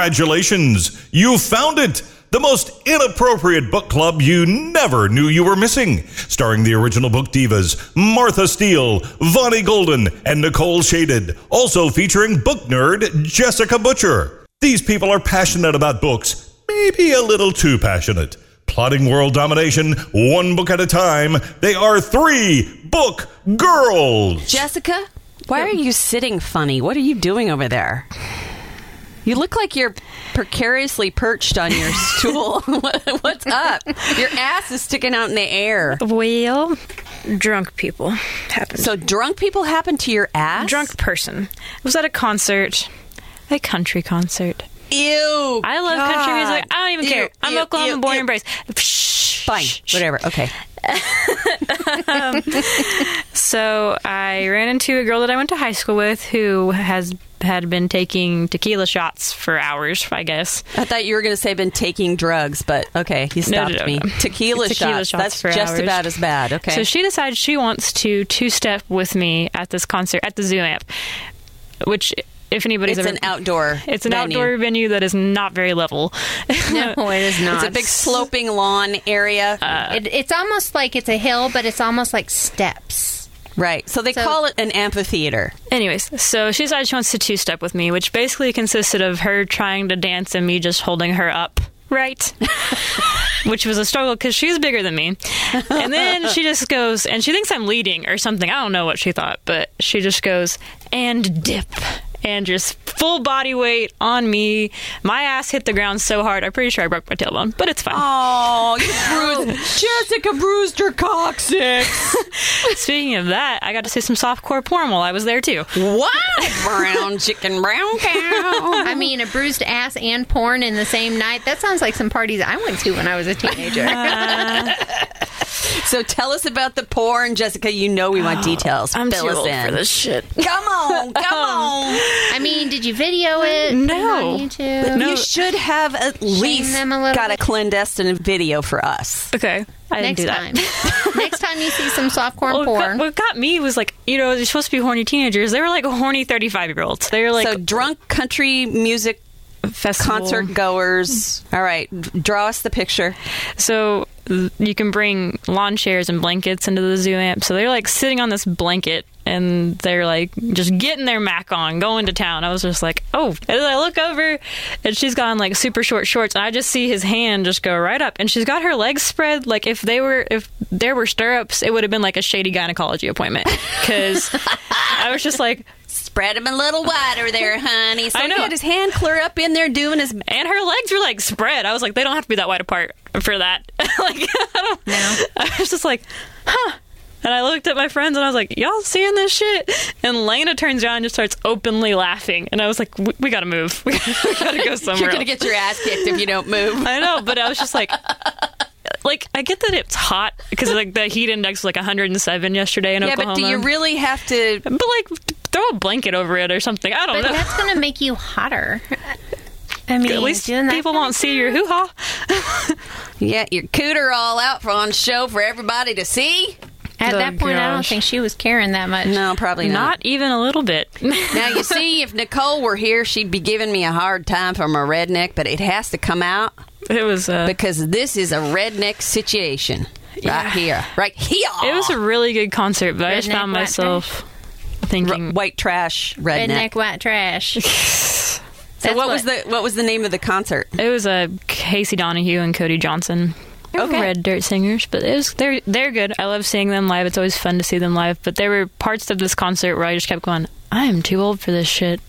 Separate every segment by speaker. Speaker 1: Congratulations! You found it! The most inappropriate book club you never knew you were missing. Starring the original book divas Martha Steele, Vonnie Golden, and Nicole Shaded. Also featuring book nerd Jessica Butcher. These people are passionate about books, maybe a little too passionate. Plotting world domination, one book at a time, they are three book girls.
Speaker 2: Jessica, why are you sitting funny? What are you doing over there? You look like you're precariously perched on your stool. What- What's up? Your ass is sticking out in the air.
Speaker 3: Well, drunk people happens.
Speaker 2: So drunk people happen to your ass?
Speaker 3: drunk person. I was at a concert, a country concert.
Speaker 2: Ew.
Speaker 3: I love country
Speaker 2: God.
Speaker 3: music. I don't even care.
Speaker 2: Ew,
Speaker 3: I'm
Speaker 2: ew,
Speaker 3: Oklahoma
Speaker 2: ew,
Speaker 3: born
Speaker 2: ew.
Speaker 3: and raised. Shh,
Speaker 2: Fine.
Speaker 3: shh, shh.
Speaker 2: Whatever. Okay.
Speaker 3: So I ran into a girl that I went to high school with who has had been taking tequila shots for hours, I guess.
Speaker 2: I thought you were going to say been taking drugs, but okay, you
Speaker 3: No,
Speaker 2: stopped
Speaker 3: no, no,
Speaker 2: me.
Speaker 3: no.
Speaker 2: Tequila,
Speaker 3: Tequila
Speaker 2: shots.
Speaker 3: shots
Speaker 2: That's
Speaker 3: for
Speaker 2: just
Speaker 3: hours.
Speaker 2: about as bad. Okay.
Speaker 3: So she decides she wants to two step with me at this concert at the Zoo Amp, which, if anybody's
Speaker 2: it's
Speaker 3: ever.
Speaker 2: an outdoor.
Speaker 3: It's an
Speaker 2: venue.
Speaker 3: outdoor venue that is not very level.
Speaker 4: No, it is not.
Speaker 2: It's a big sloping lawn area.
Speaker 3: Uh,
Speaker 4: It, it's almost like it's a hill, but it's almost like steps.
Speaker 2: right. So they
Speaker 4: so-
Speaker 2: call it an amphitheater.
Speaker 3: Anyways, so she decided she wants to two step with me, which basically consisted of her trying to dance and me just holding her up. Right. which was a struggle because she's bigger than me. And then she just goes, and she thinks I'm leading or something. I don't know what she thought, but she just goes, and dip. And just full body weight on me. My ass hit the ground so hard, I'm pretty sure I broke my tailbone, but it's fine.
Speaker 2: Oh, you bruised. Jessica bruised her coccyx.
Speaker 3: Speaking of that, I got to see some softcore porn while I was there too.
Speaker 2: what? brown chicken, brown cow.
Speaker 4: I mean, a bruised ass and porn in the same night. That sounds like some parties I went to when I was a teenager.
Speaker 2: so tell us about the porn, Jessica. You know we want details.
Speaker 3: I'm
Speaker 2: Fill
Speaker 3: too
Speaker 2: us
Speaker 3: old
Speaker 2: in.
Speaker 3: for this shit.
Speaker 2: Come on, come on.
Speaker 4: I mean, did you video it?
Speaker 3: No.
Speaker 4: On YouTube?
Speaker 3: No.
Speaker 2: You should have at least
Speaker 4: them a little
Speaker 2: got a
Speaker 4: bit.
Speaker 2: clandestine video for us.
Speaker 3: Okay, I didn't
Speaker 4: Next
Speaker 3: do that.
Speaker 4: time. Next time you see some softcore
Speaker 3: Well, What, got,
Speaker 4: porn.
Speaker 3: what got me was like, you know, they're supposed to be horny teenagers. They were like horny 35 year olds. They were like
Speaker 2: so drunk country music
Speaker 3: festival.
Speaker 2: concert goers. All right, d- draw us the picture.
Speaker 3: So th- you can bring lawn chairs and blankets into the zoo amp. So they're like sitting on this blanket and they're like just getting their mac on, going to town. I was just like, oh. And then I look over and she's got on like super short shorts and I just see his hand just go right up and she's got her legs spread. Like if they were, if there were stirrups, it would have been like a shady gynecology appointment because I was just like,
Speaker 2: Spread him a little wider there, honey. So
Speaker 3: I know.
Speaker 2: he had his hand clear up in there doing his.
Speaker 3: and her legs were like spread. I was like, they don't have to be that wide apart for that. like, I don't. I was just like, huh. And I looked at my friends and I was like, y'all seeing this shit? And Lena turns around and just starts openly laughing. And I was like, we, we gotta move. We gotta go somewhere.
Speaker 2: You're gonna
Speaker 3: else.
Speaker 2: get your ass kicked if you don't move.
Speaker 3: I know, but I was just like, like I get that it's hot because like the heat index was like 107 yesterday in
Speaker 2: yeah,
Speaker 3: Oklahoma.
Speaker 2: but do you really have to?
Speaker 3: But like, throw a blanket over it or something. I don't
Speaker 4: but
Speaker 3: know.
Speaker 4: that's going to make you hotter. I mean,
Speaker 3: At least
Speaker 4: doing that
Speaker 3: people
Speaker 4: kind of
Speaker 3: won't see your hoo ha.
Speaker 2: Yeah, your cooter all out for on show for everybody to see.
Speaker 4: At that point, I don't
Speaker 3: gosh.
Speaker 4: think she was caring that much.
Speaker 2: No, probably
Speaker 3: Not even a little bit.
Speaker 2: Now you see, if Nicole were here, she'd be giving me a hard time for my redneck, but it has to come out
Speaker 3: It was uh,
Speaker 2: because this is a redneck situation right here, right here.
Speaker 3: It was a really good concert, but I just
Speaker 4: Redneck
Speaker 3: found
Speaker 4: white
Speaker 3: myself thinking.
Speaker 2: R- white trash redneck.
Speaker 4: Redneck white trash.
Speaker 2: So what, was the what was the name of the concert?
Speaker 3: It was a uh, Casey Donahue and Cody Johnson. They're
Speaker 2: Okay.
Speaker 3: Red Dirt singers, but it was they're they're good. I love seeing them live. It's always fun to see them live. But there were parts of this concert where I just kept going, "I am too old for this shit,"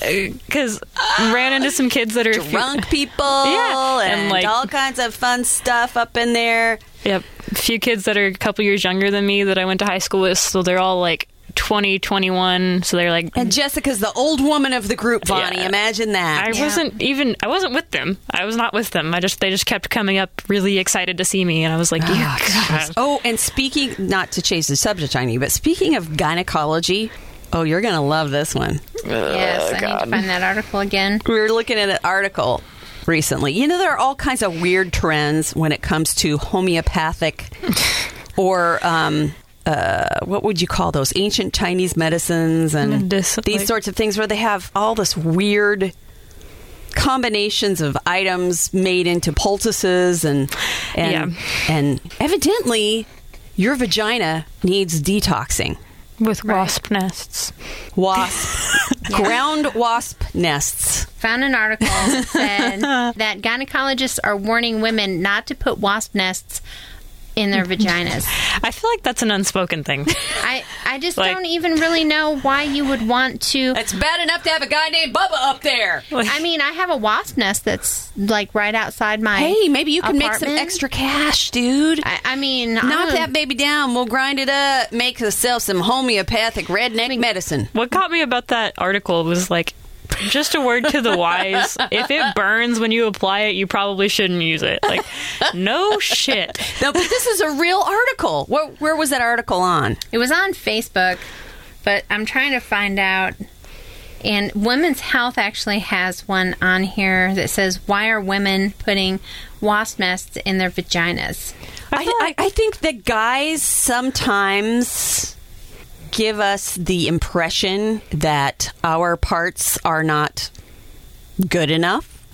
Speaker 3: because ran into some kids that are
Speaker 2: Drunk people,
Speaker 3: Yeah, and,
Speaker 2: and,
Speaker 3: like-
Speaker 2: all kinds of fun stuff up in there.
Speaker 3: Yep. A few kids that are a couple years younger than me that I went to high school with, so they're all like 20, 21, so they're like
Speaker 2: And Jessica's the old woman of the group, Bonnie.
Speaker 3: Yeah.
Speaker 2: Imagine that.
Speaker 3: I wasn't even I wasn't with them. I was not with them. I just they just kept coming up really excited to see me and I was like, "Yeah, God."
Speaker 2: Oh, and speaking, not to change the subject on you, but speaking of gynecology, oh, you're going to love this one.
Speaker 3: Uh, Oh,
Speaker 4: Yes, I need to find that article again.
Speaker 2: We were looking at an article recently. You know, there are all kinds of weird trends when it comes to homeopathic or. Um, uh, what would you call those ancient Chinese medicines and
Speaker 3: Medicine,
Speaker 2: these
Speaker 3: like-
Speaker 2: sorts of things where they have all this weird combinations of items made into poultices and and and evidently your vagina needs detoxing.
Speaker 3: with wasp nests.
Speaker 2: Wasp ground wasp nests.
Speaker 4: Found an article that said that gynecologists are warning women not to put wasp nests in their vaginas.
Speaker 3: I feel like that's an unspoken thing.
Speaker 4: I, I just
Speaker 3: Like-
Speaker 4: don't even really know why you would want to.
Speaker 2: It's bad enough to have a guy named Bubba up there.
Speaker 4: I mean, I have a wasp nest that's like right outside my.
Speaker 2: Hey, maybe you can make some
Speaker 4: apartment.
Speaker 2: extra cash, dude.
Speaker 4: I, I mean, um,
Speaker 2: Knock
Speaker 4: I'm-
Speaker 2: that baby down. We'll grind it up. Make ourselves some homeopathic redneck medicine.
Speaker 3: What caught me about that article was like just a word to the wise. if it burns when you apply it, you probably shouldn't use it. Like, no shit.
Speaker 2: No, but this is a real article. Where, where was that article on?
Speaker 4: It was on Facebook, but I'm trying to find out. And Women's Health actually has one on here that says, Why are women putting wasp nests in their vaginas?
Speaker 3: I
Speaker 2: I,
Speaker 3: feel
Speaker 2: I,
Speaker 3: like-
Speaker 2: I think that guys sometimes give us the impression that our parts are not good enough.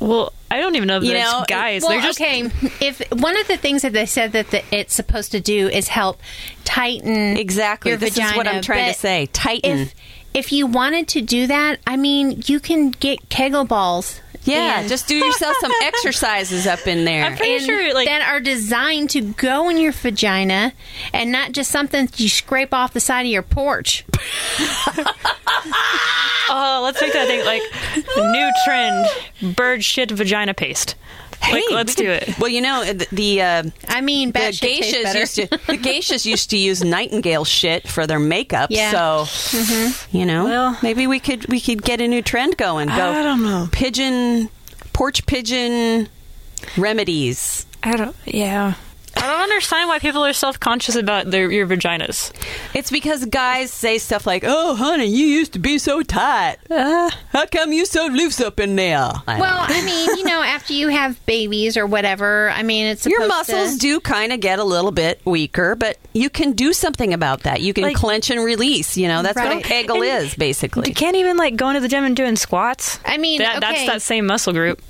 Speaker 3: Well, I don't even know if
Speaker 2: You
Speaker 3: it's
Speaker 2: know,
Speaker 3: guys.
Speaker 4: Well,
Speaker 3: They're just
Speaker 4: okay. If one of the things that they said that the, it's supposed to do is help tighten
Speaker 2: Exactly.
Speaker 4: your
Speaker 2: this
Speaker 4: vagina,
Speaker 2: is what I'm trying to
Speaker 4: but
Speaker 2: say. Mm. Tighten.
Speaker 4: If if you wanted to do that, I mean, you can get Kegel balls.
Speaker 2: yeah,
Speaker 4: and-
Speaker 2: just do yourself some exercises up in there.
Speaker 3: I'm pretty
Speaker 4: and
Speaker 3: sure, like-
Speaker 4: that are designed to go in your vagina and not just something that you scrape off the side of your porch.
Speaker 3: oh, let's make that thing like new trend: bird shit vagina paste. Like,
Speaker 2: Hey,
Speaker 3: let's
Speaker 2: we
Speaker 3: do
Speaker 2: could-
Speaker 3: it.
Speaker 2: Well, you know the the, uh,
Speaker 4: I mean, bad
Speaker 2: the
Speaker 4: shit tastes
Speaker 2: geishas
Speaker 4: better.
Speaker 2: used to the geishas used to use nightingale shit for their makeup.
Speaker 4: Yeah. Mm-hmm.
Speaker 2: So you know,
Speaker 3: Well-
Speaker 2: maybe we could we could get a new trend going. Go
Speaker 3: I don't know.
Speaker 2: pigeon porch pigeon remedies.
Speaker 3: I don't. Yeah. I don't understand why people are self-conscious about their your vaginas.
Speaker 2: It's because guys say stuff like, "Oh, honey, you used to be so tight. Uh, how come you so loose up in there?" I
Speaker 4: Well,
Speaker 2: don't know.
Speaker 4: I mean, you know, after you have babies or whatever, I mean, it's
Speaker 2: your
Speaker 4: supposed
Speaker 2: muscles
Speaker 4: to-
Speaker 2: do kind of get a little bit weaker, but you can do something about that. You can
Speaker 3: Like-
Speaker 2: clench and release. You know, that's what a
Speaker 4: Right.
Speaker 2: kegel
Speaker 3: And
Speaker 2: is basically
Speaker 3: You can't even like going to the gym and doing squats.
Speaker 4: I mean,
Speaker 3: That,
Speaker 4: okay.
Speaker 3: That's that same muscle group.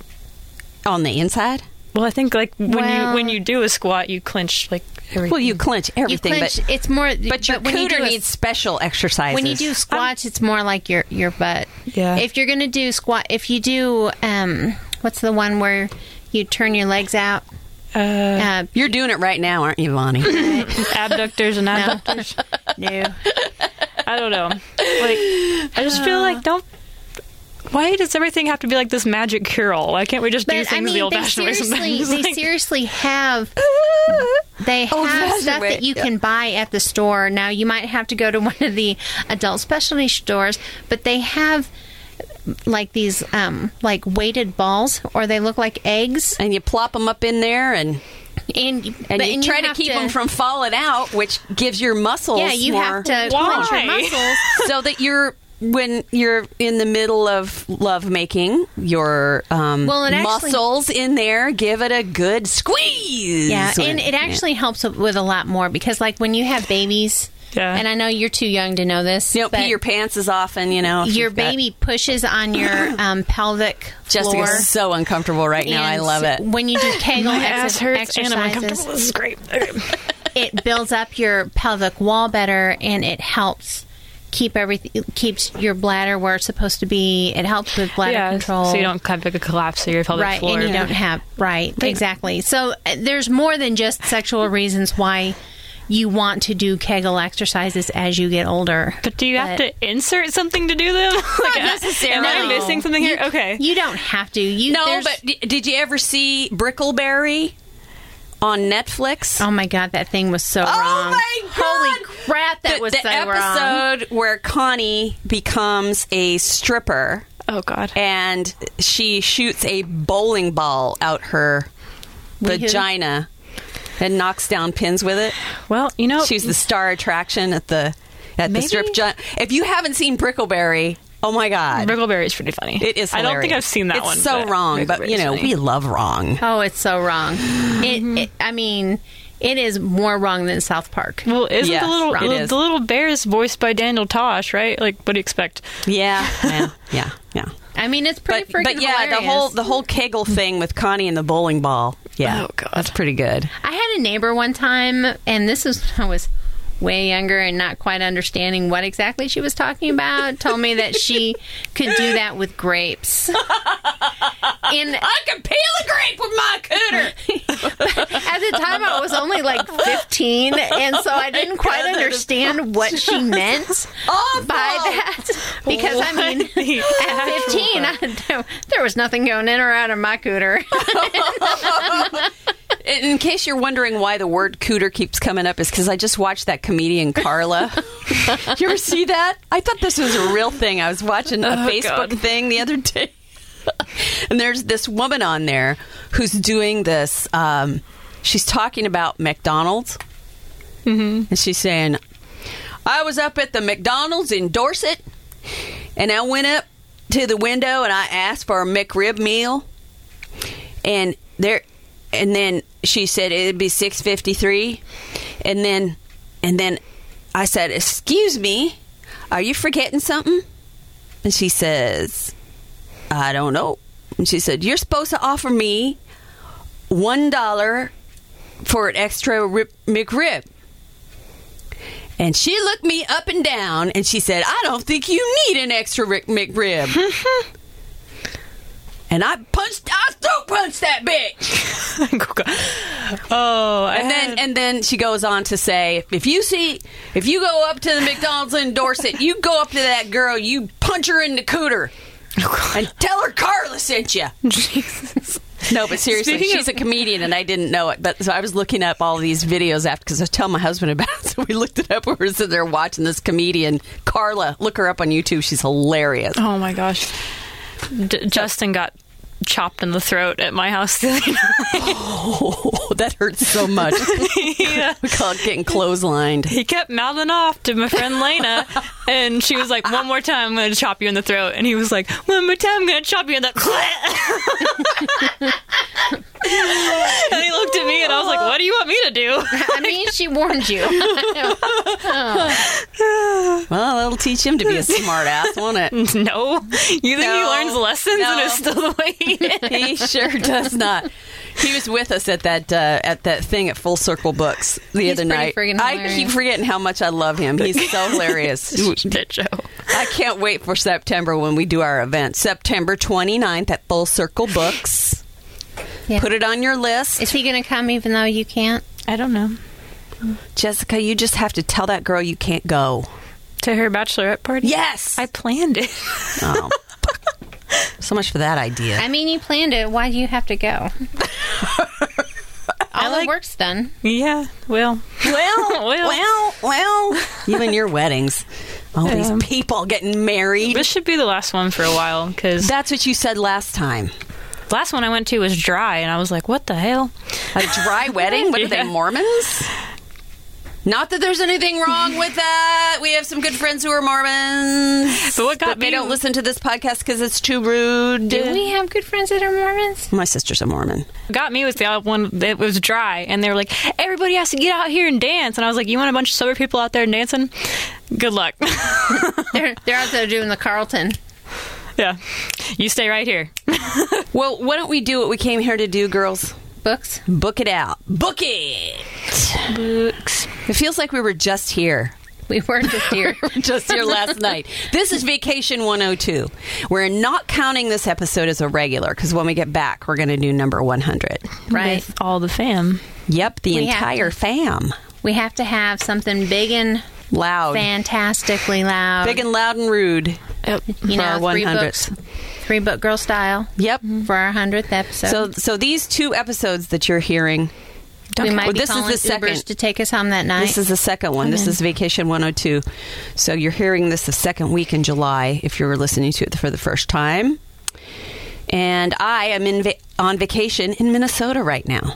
Speaker 2: on the inside.
Speaker 3: Well, I think like when you
Speaker 4: Well-
Speaker 3: when you do a squat, you clench like everything.
Speaker 2: Well, you clench
Speaker 4: You
Speaker 2: everything,
Speaker 4: clench.
Speaker 2: but
Speaker 4: it's more,
Speaker 2: but your
Speaker 4: when you
Speaker 2: cooter
Speaker 4: do a-
Speaker 2: needs special exercises.
Speaker 4: when you do squats, it's more like your your butt.
Speaker 3: Yeah.
Speaker 4: If you're gonna do squat, if you do um, what's the one where you turn your legs out?
Speaker 3: uh,
Speaker 4: Uh,
Speaker 2: You're doing it right now, aren't you, Lonnie?
Speaker 3: abductors and abductors. no, I don't know. Like, I just feel
Speaker 4: Uh.
Speaker 3: like don't. Why does everything have to be like this magic cure all? Why can't we just do
Speaker 4: but
Speaker 3: things
Speaker 4: I
Speaker 3: the
Speaker 4: mean,
Speaker 3: old
Speaker 4: they
Speaker 3: fashioned way
Speaker 4: seriously,
Speaker 3: sometimes?
Speaker 4: they
Speaker 3: Like,
Speaker 4: seriously have they have
Speaker 2: Old-fashioned
Speaker 4: stuff
Speaker 2: way,
Speaker 4: that you
Speaker 2: yeah.
Speaker 4: can buy at the store. Now you might have to go to one of the adult specialty stores, but they have like these um like weighted balls or they look like eggs
Speaker 2: and you plop them up in there, and
Speaker 4: and
Speaker 2: and
Speaker 4: but-
Speaker 2: you try to
Speaker 4: have
Speaker 2: keep them from falling out, which gives your muscles.
Speaker 4: yeah you
Speaker 2: more-
Speaker 4: have to clench your
Speaker 3: Why?
Speaker 4: muscles
Speaker 2: so that you're when you're in the middle of love making, your um,
Speaker 4: Well, it actually-
Speaker 2: muscles in there give it a good squeeze.
Speaker 4: Yeah, and it actually helps with a lot more because, like, when you have babies,
Speaker 3: Yeah.
Speaker 4: and I know you're too young to know this,
Speaker 2: you don't
Speaker 4: but
Speaker 2: pee your pants as often. You know, if
Speaker 4: your
Speaker 2: you've got-
Speaker 4: baby pushes on your um, pelvic floor.
Speaker 2: Jessica's so uncomfortable right now. I
Speaker 4: and
Speaker 2: love it.
Speaker 4: When you do Kegel
Speaker 3: my
Speaker 4: ex-
Speaker 3: ass hurts and I'm uncomfortable.
Speaker 4: exercises,
Speaker 3: This is great.
Speaker 4: it builds up your pelvic wall better, and it helps keep everything keeps your bladder where it's supposed to be. It helps with bladder
Speaker 3: yeah,
Speaker 4: control,
Speaker 3: so you don't have like a collapse of your pelvic
Speaker 4: right,
Speaker 3: floor.
Speaker 4: and you don't have right exactly. So uh, there's more than just sexual reasons why you want to do Kegel exercises as you get older.
Speaker 3: But do you have
Speaker 4: But-
Speaker 3: to insert something to do them? like, uh, Am
Speaker 2: necessarily.
Speaker 3: I missing something here? Okay.
Speaker 4: You don't have to. You
Speaker 2: No,
Speaker 4: there's-
Speaker 2: but d- did you ever see Brickleberry on Netflix?
Speaker 4: oh my god, that thing was so
Speaker 2: Oh
Speaker 4: wrong.
Speaker 2: my God!
Speaker 4: Holy crap, that
Speaker 2: the,
Speaker 4: was
Speaker 2: the
Speaker 4: so wrong.
Speaker 2: episode where Connie becomes a stripper.
Speaker 3: oh God.
Speaker 2: and she shoots a bowling ball out her vagina and knocks down pins with it.
Speaker 3: Well, you know,
Speaker 2: She's the star attraction at the at the
Speaker 3: Oh. Maybe-
Speaker 2: strip joint. If you haven't seen Brickleberry, oh my god.
Speaker 3: Brickleberry is pretty funny.
Speaker 2: it is
Speaker 3: I
Speaker 2: hilarious.
Speaker 3: don't think I've seen that
Speaker 2: it's
Speaker 3: one.
Speaker 2: so
Speaker 3: but
Speaker 2: wrong, but you
Speaker 3: Brickleberry's
Speaker 2: know,
Speaker 3: funny.
Speaker 2: we love wrong.
Speaker 4: Oh, it's so wrong. It,
Speaker 2: Mm-hmm.
Speaker 4: it- I mean, it is more wrong than South Park.
Speaker 3: Well, isn't
Speaker 2: Yes,
Speaker 3: the little
Speaker 2: it
Speaker 3: the,
Speaker 2: is.
Speaker 3: little bear is voiced by Daniel Tosh, right? Like, what do you expect?
Speaker 2: Yeah. Yeah. Yeah. yeah.
Speaker 4: I mean, it's pretty
Speaker 2: But,
Speaker 4: freaking
Speaker 2: but yeah, the
Speaker 4: hilarious.
Speaker 2: whole the whole Kegel thing with Connie and the bowling ball. Yeah,
Speaker 3: Oh, God.
Speaker 2: that's pretty good.
Speaker 4: I had a neighbor one time, and this is when I was way younger and not quite understanding what exactly she was talking about. told me that she could do that with grapes. And
Speaker 2: I can peel a grape with my cooter.
Speaker 4: at the time, I was only like 15, and so I didn't quite understand what she meant
Speaker 2: Oh,
Speaker 4: by that. Because I mean, at 15, I, there- there was nothing going in or out of my cooter.
Speaker 2: In case you're wondering why the word cooter keeps coming up, is because I just watched that comedian Carla. you ever see that? I thought this was a real thing. I was watching a Facebook
Speaker 3: God.
Speaker 2: thing the other day. and there's this woman on there who's doing this. Um, she's talking about McDonald's. And she's saying, I was up at the McDonald's in Dorset and I went up to the window and I asked for a McRib meal. And there and then she said it'd be 653 and then and then I said, "Excuse me, are you forgetting something?" And she says, "I don't know." And she said, "You're supposed to offer me $1 for an extra rib, McRib." And she looked me up and down and she said, I don't think you need an extra Rick McRib. and I punched, I throat punched that bitch.
Speaker 3: oh, I
Speaker 2: And then, and then she goes on to say, if you see, if you go up to the McDonald's in Dorset, you go up to that girl, you punch her in the cooter and tell her Carla sent you.
Speaker 3: Oh, Jesus.
Speaker 2: No, but seriously,
Speaker 3: Speaking
Speaker 2: she's a comedian, and I didn't know it. But so I was looking up all these videos after because I tell my husband about. it. So we looked it up. We were sitting there watching this comedian Carla. Look her up on YouTube. She's hilarious.
Speaker 3: Oh my gosh. D- Justin got chopped in the throat at my house the other night.
Speaker 2: Oh, that hurts so much. we call it getting clotheslined.
Speaker 3: He kept mouthing off to my friend Lena, and she was like, "One more time, I'm going to chop you in the throat." And he was like, "One more time, I'm going to chop you in the." and he looked at me, and I was like, "What do you want me to do?"
Speaker 4: I mean, she warned you.
Speaker 2: Well, that'll teach him to be a smart ass, won't it?
Speaker 3: no, you think he
Speaker 2: No.
Speaker 3: learns lessons and
Speaker 2: No.
Speaker 3: is still the way he is?
Speaker 2: he sure does not. He was with us at that uh, at that thing at Full Circle Books the
Speaker 4: He's
Speaker 2: other
Speaker 4: pretty
Speaker 2: night.
Speaker 4: friggin'
Speaker 2: I
Speaker 4: hilarious.
Speaker 2: keep forgetting how much I love him. He's so hilarious.
Speaker 3: Shit show.
Speaker 2: I can't wait for September when we do our event. September 29th at Full Circle Books.
Speaker 4: Yeah.
Speaker 2: Put it on your list.
Speaker 4: Is he going to come even though you can't?
Speaker 3: I don't know.
Speaker 2: Jessica, you just have to tell that girl you can't go.
Speaker 3: To her bachelorette party.
Speaker 2: Yes.
Speaker 3: I planned it.
Speaker 2: Oh. so much for that idea.
Speaker 4: I mean, you planned it. Why do you have to go? All
Speaker 3: like-
Speaker 4: the work's done.
Speaker 3: Yeah. Well.
Speaker 2: Well,
Speaker 3: Well.
Speaker 2: well, well. You and your weddings. All
Speaker 3: Yeah.
Speaker 2: these people getting married.
Speaker 3: This should be the last one for a while because
Speaker 2: That's what you said last time.
Speaker 3: last one I went to was dry, and I was like, "What the hell?"
Speaker 2: A dry wedding? What are they,
Speaker 3: Yeah.
Speaker 2: Mormons? Not that there's anything wrong with that. We have some good friends who are Mormons.
Speaker 3: But what got
Speaker 2: But they
Speaker 3: me-
Speaker 2: don't listen to this podcast because it's too rude.
Speaker 4: Do we have good friends that are Mormons?
Speaker 2: My sister's a Mormon.
Speaker 3: got me was the one that was dry, and they were like, "Everybody has to get out here and dance." And I was like, "You want a bunch of sober people out there dancing? Good luck."
Speaker 4: They're, they're out there doing the Carlton.
Speaker 3: yeah, you stay right here.
Speaker 2: Well, why don't we do what we came here to do, girls?
Speaker 4: Books?
Speaker 2: Book it out. Book it.
Speaker 3: Books.
Speaker 2: It feels like we were just here.
Speaker 4: We were just here.
Speaker 2: just here last night. This is Vacation 102. We're not counting this episode as a regular because when we get back, we're going to do number 100.
Speaker 4: right.
Speaker 3: With all the fam.
Speaker 2: Yep, the
Speaker 4: We have
Speaker 2: entire
Speaker 4: to.
Speaker 2: fam.
Speaker 4: We have to have something big and
Speaker 2: Loud.
Speaker 4: fantastically loud.
Speaker 2: Oh, Big and loud and rude.
Speaker 4: you
Speaker 2: for
Speaker 4: know,
Speaker 2: our
Speaker 4: three
Speaker 2: 100th.
Speaker 4: books. Three book girl style Mm-hmm.
Speaker 2: Yep.
Speaker 4: for our 100th episode.
Speaker 2: So, so these two episodes that you're hearing,
Speaker 4: we might
Speaker 2: Well,
Speaker 4: be
Speaker 2: this is
Speaker 4: calling
Speaker 2: the second-
Speaker 4: Ubers to take us home that night.
Speaker 2: this is the second one. This is Vacation 102. So you're hearing this the second week in July if you were listening to it for the first time. And I am in va- on vacation in Minnesota right now.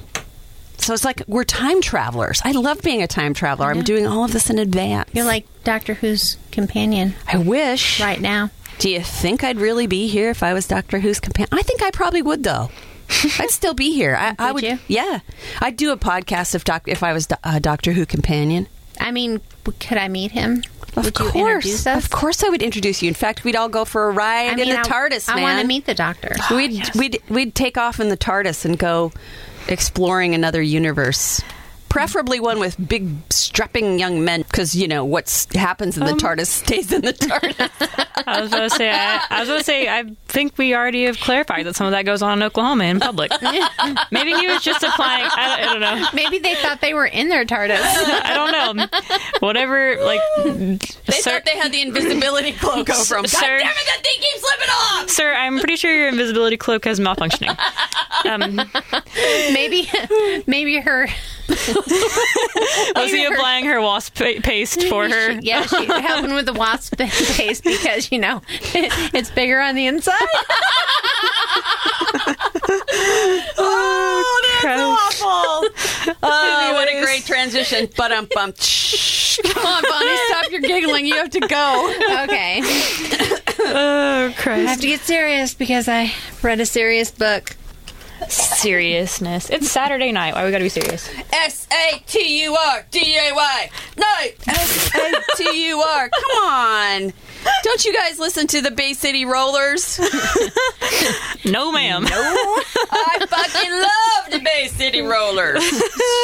Speaker 2: So it's like we're time travelers. I love being a time traveler. I'm doing all of this in advance.
Speaker 4: You're like Doctor Who's companion
Speaker 2: I wish.
Speaker 4: right now.
Speaker 2: Do you think I'd really be here if I was Doctor Who's companion? I think I probably would, though. I'd still be here. I, I
Speaker 4: Would
Speaker 2: would.
Speaker 4: you?
Speaker 2: Yeah, I'd do a podcast if doc, if I was do- a Doctor uh, Who companion.
Speaker 4: I mean, w- could I meet him?
Speaker 2: Of
Speaker 4: Would
Speaker 2: course,
Speaker 4: you introduce us?
Speaker 2: of course, I would introduce you. In fact, we'd all go for a ride
Speaker 4: I mean,
Speaker 2: in
Speaker 4: I-
Speaker 2: the TARDIS,
Speaker 4: I
Speaker 2: man.
Speaker 4: want to meet the doctor.
Speaker 2: We'd we'd we'd take off in the TARDIS and go exploring another universe. Preferably one with big, strapping young men, because you know what happens in the
Speaker 4: Um,
Speaker 2: TARDIS stays in the TARDIS.
Speaker 3: I was going to say, I, I was going to say, I think we already have clarified that some of that goes on in Oklahoma in public. Maybe he was just applying. I, don't- I don't know.
Speaker 4: Maybe they thought they were in their TARDIS.
Speaker 3: I don't know. Whatever, like,
Speaker 2: they
Speaker 3: sir,
Speaker 2: thought they had the invisibility cloak over them.
Speaker 3: sir-
Speaker 2: God damn it, that thing keeps slipping off.
Speaker 3: sir, I'm pretty sure your invisibility cloak has malfunctioning. Um,
Speaker 4: maybe, maybe her.
Speaker 3: Was he
Speaker 4: Maybe her-
Speaker 3: applying her wasp pa- paste for her?
Speaker 4: yeah, she, helping with the wasp paste because you know it's bigger on the inside.
Speaker 2: Oh, that's
Speaker 3: Gross.
Speaker 2: awful. Oh, what a
Speaker 3: Anyways.
Speaker 2: great transition. But um, bum. Shh. Come on, Bonnie, stop your giggling. You have to go.
Speaker 4: Okay, I
Speaker 3: Oh,
Speaker 4: have
Speaker 3: Christ.
Speaker 4: to get serious because I read a serious book.
Speaker 3: Seriousness. It's Saturday night. Why we got to be serious?
Speaker 2: S A T U R D A Y. Night. S A T U R. Come on. Don't you guys listen to the Bay City Rollers?
Speaker 3: No, ma'am.
Speaker 2: I fucking love the Bay City Rollers,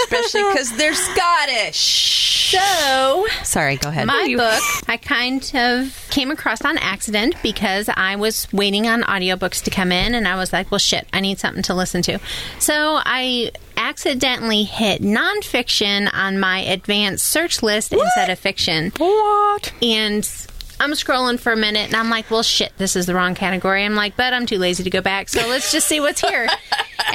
Speaker 2: especially because they're Scottish.
Speaker 4: So
Speaker 2: Sorry, go ahead.
Speaker 4: My book, I kind of came across on accident because I was waiting on audiobooks to come in and I was like, well, shit, I need something to listen to. So I accidentally hit nonfiction on my advanced search list instead of fiction.
Speaker 3: What?
Speaker 4: And. I'm scrolling for a minute and I'm like, well, shit, this is the wrong category. I'm like, but I'm too lazy to go back, so let's just see what's here.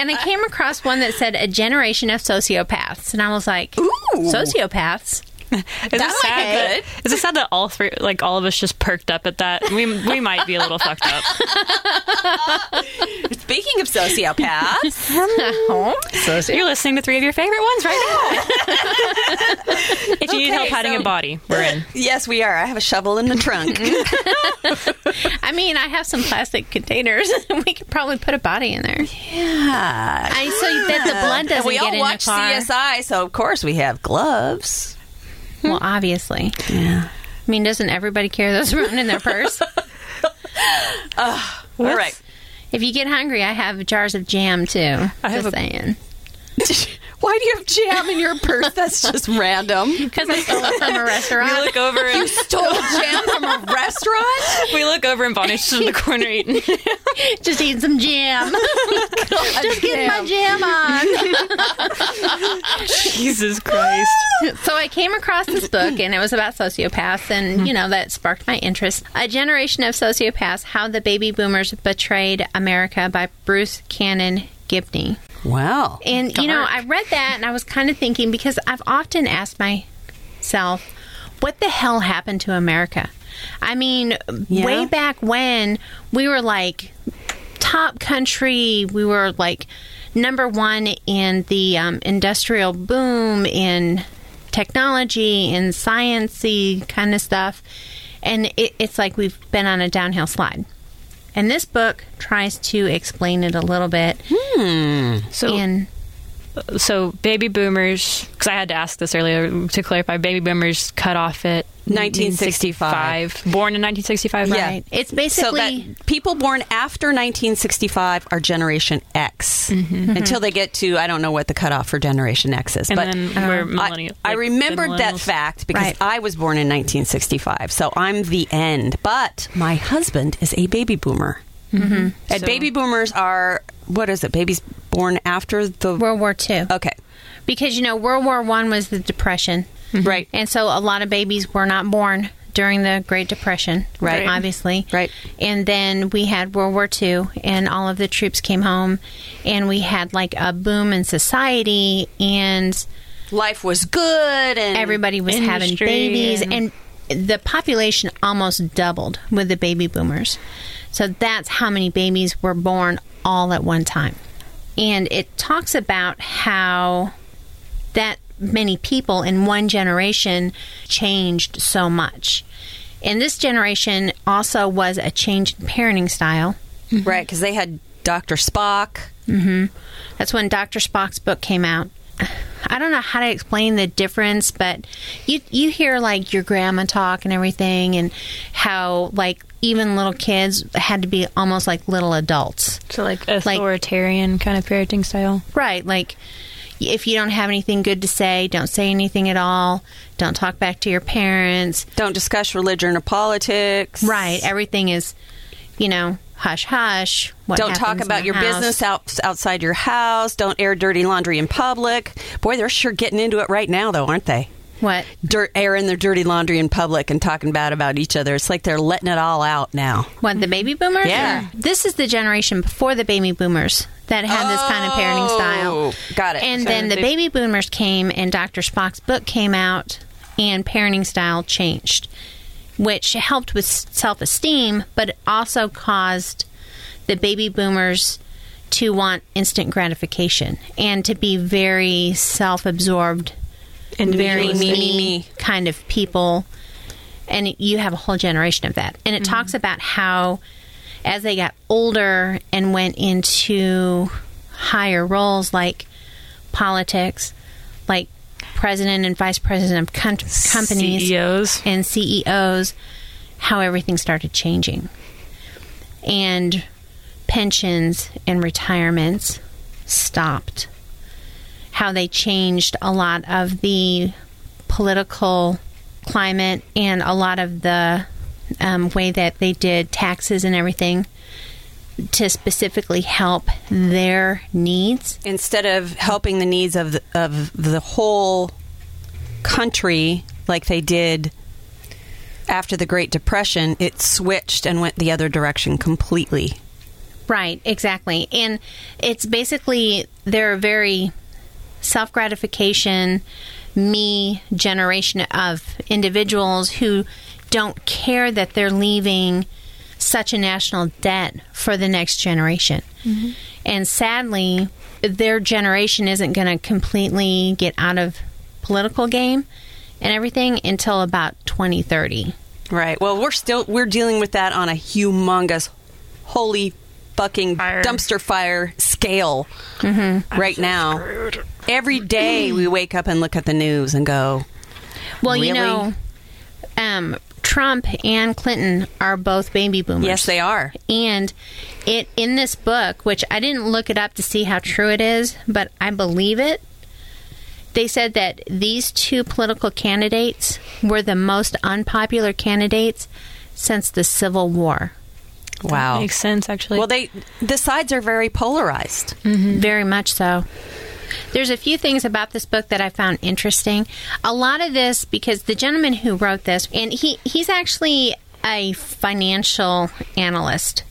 Speaker 4: and I came across one that said, A Generation of Sociopaths. And I was like, sociopaths?
Speaker 3: Is
Speaker 2: That
Speaker 3: it sad
Speaker 2: might be
Speaker 3: that, is it sad that all three, like all of us, just perked up at that? We we might be a little fucked up.
Speaker 2: Speaking of sociopaths,
Speaker 3: You're listening to three of your favorite ones right now. if you need
Speaker 2: Okay,
Speaker 3: help hiding
Speaker 2: so-
Speaker 3: a body, we're in.
Speaker 2: yes, we are. I have a shovel in the trunk.
Speaker 4: I mean, I have some plastic containers. we could probably put a body in there.
Speaker 2: yeah.
Speaker 4: I so that the blood doesn't
Speaker 2: we
Speaker 4: get
Speaker 2: all
Speaker 4: in
Speaker 2: watch
Speaker 4: the car.
Speaker 2: CSI, so of course we have gloves.
Speaker 4: Well, obviously.
Speaker 2: Yeah.
Speaker 4: I mean, doesn't everybody carry those around in their purse?
Speaker 2: All right.
Speaker 4: if you get hungry, I have jars of jam too. I
Speaker 3: have
Speaker 4: just
Speaker 3: a-
Speaker 4: saying.
Speaker 2: Why do you have jam in your purse? That's just random.
Speaker 4: Because I stole it from a
Speaker 3: We
Speaker 4: restaurant.
Speaker 3: look over and
Speaker 2: Stole jam from a restaurant?
Speaker 3: we look over and Bonnie's just in the corner eating.
Speaker 4: Just eating some jam. just getting my jam on.
Speaker 3: Jesus Christ!
Speaker 4: so I came across this book, and it was about sociopaths, and you know that sparked my interest. A Generation of Sociopaths: How the Baby Boomers Betrayed America by Bruce Cannon Gibney.
Speaker 2: Wow.
Speaker 4: And you know, I read that and I was kind of thinking because I've often asked myself, what the hell happened to America? I mean,
Speaker 2: Yeah.
Speaker 4: way back when we were like top country, we were like number one in the um, industrial boom in technology and sciency kind of stuff, and it, it's like we've been on a downhill slide. And this book tries to explain it a little bit.
Speaker 3: So
Speaker 4: in
Speaker 3: so baby boomers, because I had to ask this earlier to clarify. Baby boomers cut off at
Speaker 2: 1965.
Speaker 3: 1965. Born in 1965, right?
Speaker 2: Yeah.
Speaker 4: Right. It's
Speaker 2: So
Speaker 4: basically
Speaker 2: that people born after 1965 are Generation X until they get to I don't know what the cutoff for Generation X is,
Speaker 3: And
Speaker 2: but uh-huh.
Speaker 3: then we're
Speaker 2: I,
Speaker 3: millennial.
Speaker 2: I
Speaker 3: like, the
Speaker 2: remembered that
Speaker 3: millennials.
Speaker 2: fact because
Speaker 4: Right.
Speaker 2: I was born in 1965, so I'm the end. But my husband is a baby boomer,
Speaker 4: Mm-hmm.
Speaker 2: and
Speaker 3: So-
Speaker 2: baby boomers are what is it? Babies born after the
Speaker 4: World War II.
Speaker 2: okay,
Speaker 4: Because you know, World War One was the Depression,
Speaker 2: Mm-hmm. right?
Speaker 4: and so a lot of babies were not born during the Great Depression,
Speaker 2: Right.
Speaker 4: Obviously,
Speaker 2: Right.
Speaker 4: And then we had World War II, and all of the troops came home, and we had like a boom in society, and
Speaker 2: Life was good, and
Speaker 4: everybody was having
Speaker 3: Industry
Speaker 4: babies
Speaker 3: and-
Speaker 4: and the population almost doubled with the baby boomers so that's how many babies were born all at one time and it talks about how that many people in one generation changed so much and this generation also was a change in parenting style
Speaker 2: right because they had Doctor Spock.
Speaker 4: that's when dr spock's book came out I don't know how to explain the difference, but you you hear like your grandma talk and everything, and how like even little kids had to be almost like little adults.
Speaker 3: So like authoritarian kind of parenting style.
Speaker 4: Right. Like, if you don't have anything good to say, don't say anything at all. Don't talk back to your parents.
Speaker 2: Don't discuss religion or politics.
Speaker 4: Right. Everything is, you know, hush hush. What
Speaker 2: Don't talk
Speaker 4: happens in
Speaker 2: about
Speaker 4: the
Speaker 2: your
Speaker 4: house.
Speaker 2: business out, outside your house. Don't air dirty laundry in public. Boy, they're sure getting into it right now, though, aren't they?
Speaker 4: What?
Speaker 2: Dirt airing their dirty laundry in public and talking bad about each other. It's like they're letting it all out now.
Speaker 4: What the baby boomers?
Speaker 2: Yeah.
Speaker 4: This is the generation before the baby boomers that had this kind of parenting style.
Speaker 2: Oh, got it.
Speaker 4: And
Speaker 2: So
Speaker 4: then the
Speaker 3: they-
Speaker 4: baby boomers came, and Dr. Spock's book came out, and parenting style changed, which helped with self esteem, but it also caused the baby boomers to want instant gratification and to be very self absorbed very
Speaker 3: Individualistic.
Speaker 2: me,
Speaker 4: me,
Speaker 2: me.
Speaker 4: kind of people. And you have a whole generation of that. And it
Speaker 2: Mm-hmm.
Speaker 4: talks about how, as they got older and went into higher roles like politics, like president and vice president of com- companies,
Speaker 2: E
Speaker 3: CEOs.
Speaker 4: and CEOs, how everything started changing. And pensions and retirements stopped. How they changed a lot of the political climate and a lot of the um, way that they did taxes and everything to specifically help their needs.
Speaker 2: Instead of helping the needs of the, of the whole country like they did after the Great Depression, it switched and went the other direction completely.
Speaker 4: Right, exactly. And it's basically they're a very self gratification, me generation of individuals who don't care that they're leaving such a national debt for the next generation. And sadly, their generation isn't going to completely get out of political game and everything until about 2030.
Speaker 2: Right. Well, we're still we're dealing with that on a humongous, holy fucking
Speaker 3: Fire.
Speaker 2: dumpster fire Mm-hmm. scale right now. Every day we wake up and look at the news and go,
Speaker 4: Well, you
Speaker 2: Really?
Speaker 4: know, um, Trump and Clinton are both baby boomers.
Speaker 2: "Yes, they are."
Speaker 4: And it in this book, which I didn't look it up to see how true it is, but I believe it. They said that these two political candidates were the most unpopular candidates since the Civil War.
Speaker 2: Wow.
Speaker 3: Makes sense actually.
Speaker 2: Well, they the sides are very polarized.
Speaker 4: Mm. Very much so. There's a few things about this book that I found interesting. A lot of this because the gentleman who wrote this and he he's actually a financial analyst.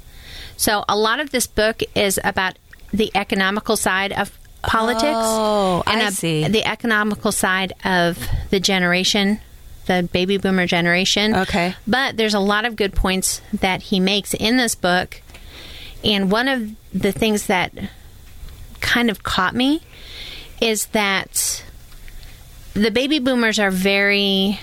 Speaker 4: So a lot of this book is about the economical side of politics
Speaker 2: Oh,
Speaker 4: and
Speaker 2: I
Speaker 4: ab-
Speaker 2: see.
Speaker 4: the economical side of the generation, the baby boomer generation.
Speaker 2: Okay.
Speaker 4: But there's a lot of good points that he makes in this book. And one of the things that kind of caught me is that the baby boomers are very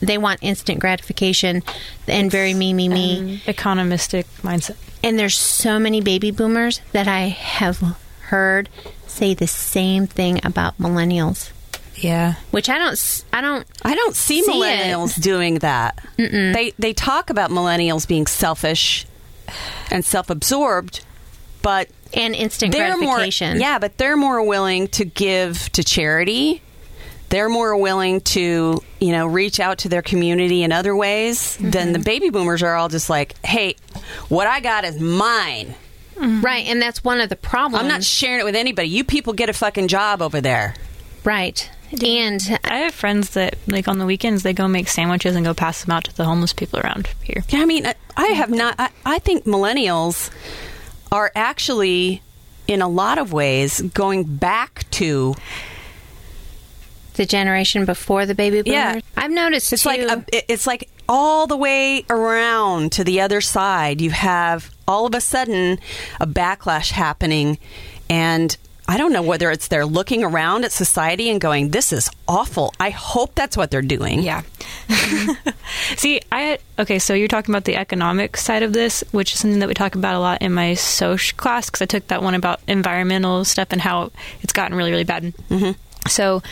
Speaker 4: they want instant gratification and very me me me
Speaker 2: Mm-hmm.
Speaker 3: economistic mindset.
Speaker 4: and there's so many baby boomers that I have heard say the same thing about millennials,
Speaker 3: Yeah.
Speaker 4: which I don't, s- I don't,
Speaker 2: I don't see,
Speaker 4: See it.
Speaker 2: millennials doing that. They they talk about millennials being selfish and self-absorbed, but
Speaker 4: and instant gratification.
Speaker 2: More, yeah, but they're more willing to give to charity. They're more willing to, you know, reach out to their community in other ways than
Speaker 4: Mm-hmm.
Speaker 2: the baby boomers are all just like, hey, what I got is mine.
Speaker 4: Right. And that's one of the problems.
Speaker 2: Mm-hmm. I'm not sharing it with anybody. You people get a fucking job over there.
Speaker 4: right. And
Speaker 3: I have friends that like on the weekends they go make sandwiches and go pass them out to the homeless people around here.
Speaker 2: Yeah, I mean, I, I have not. I, I think millennials are actually, in a lot of ways, going back to
Speaker 4: the generation before the baby boomers,
Speaker 2: Yeah.
Speaker 4: I've noticed
Speaker 2: It's
Speaker 4: too,
Speaker 2: like a, it- it's like all the way around to the other side. You have all of a sudden a backlash happening, and I don't know whether it's they're looking around at society and going, "This is awful." I hope that's what they're doing.
Speaker 3: Yeah.
Speaker 2: Mm-hmm.
Speaker 3: See, I okay. So you're talking about the economic side of this, which is something that we talk about a lot in my soc class because I took that one about environmental stuff and how it's gotten really, really bad. Mm-hmm. So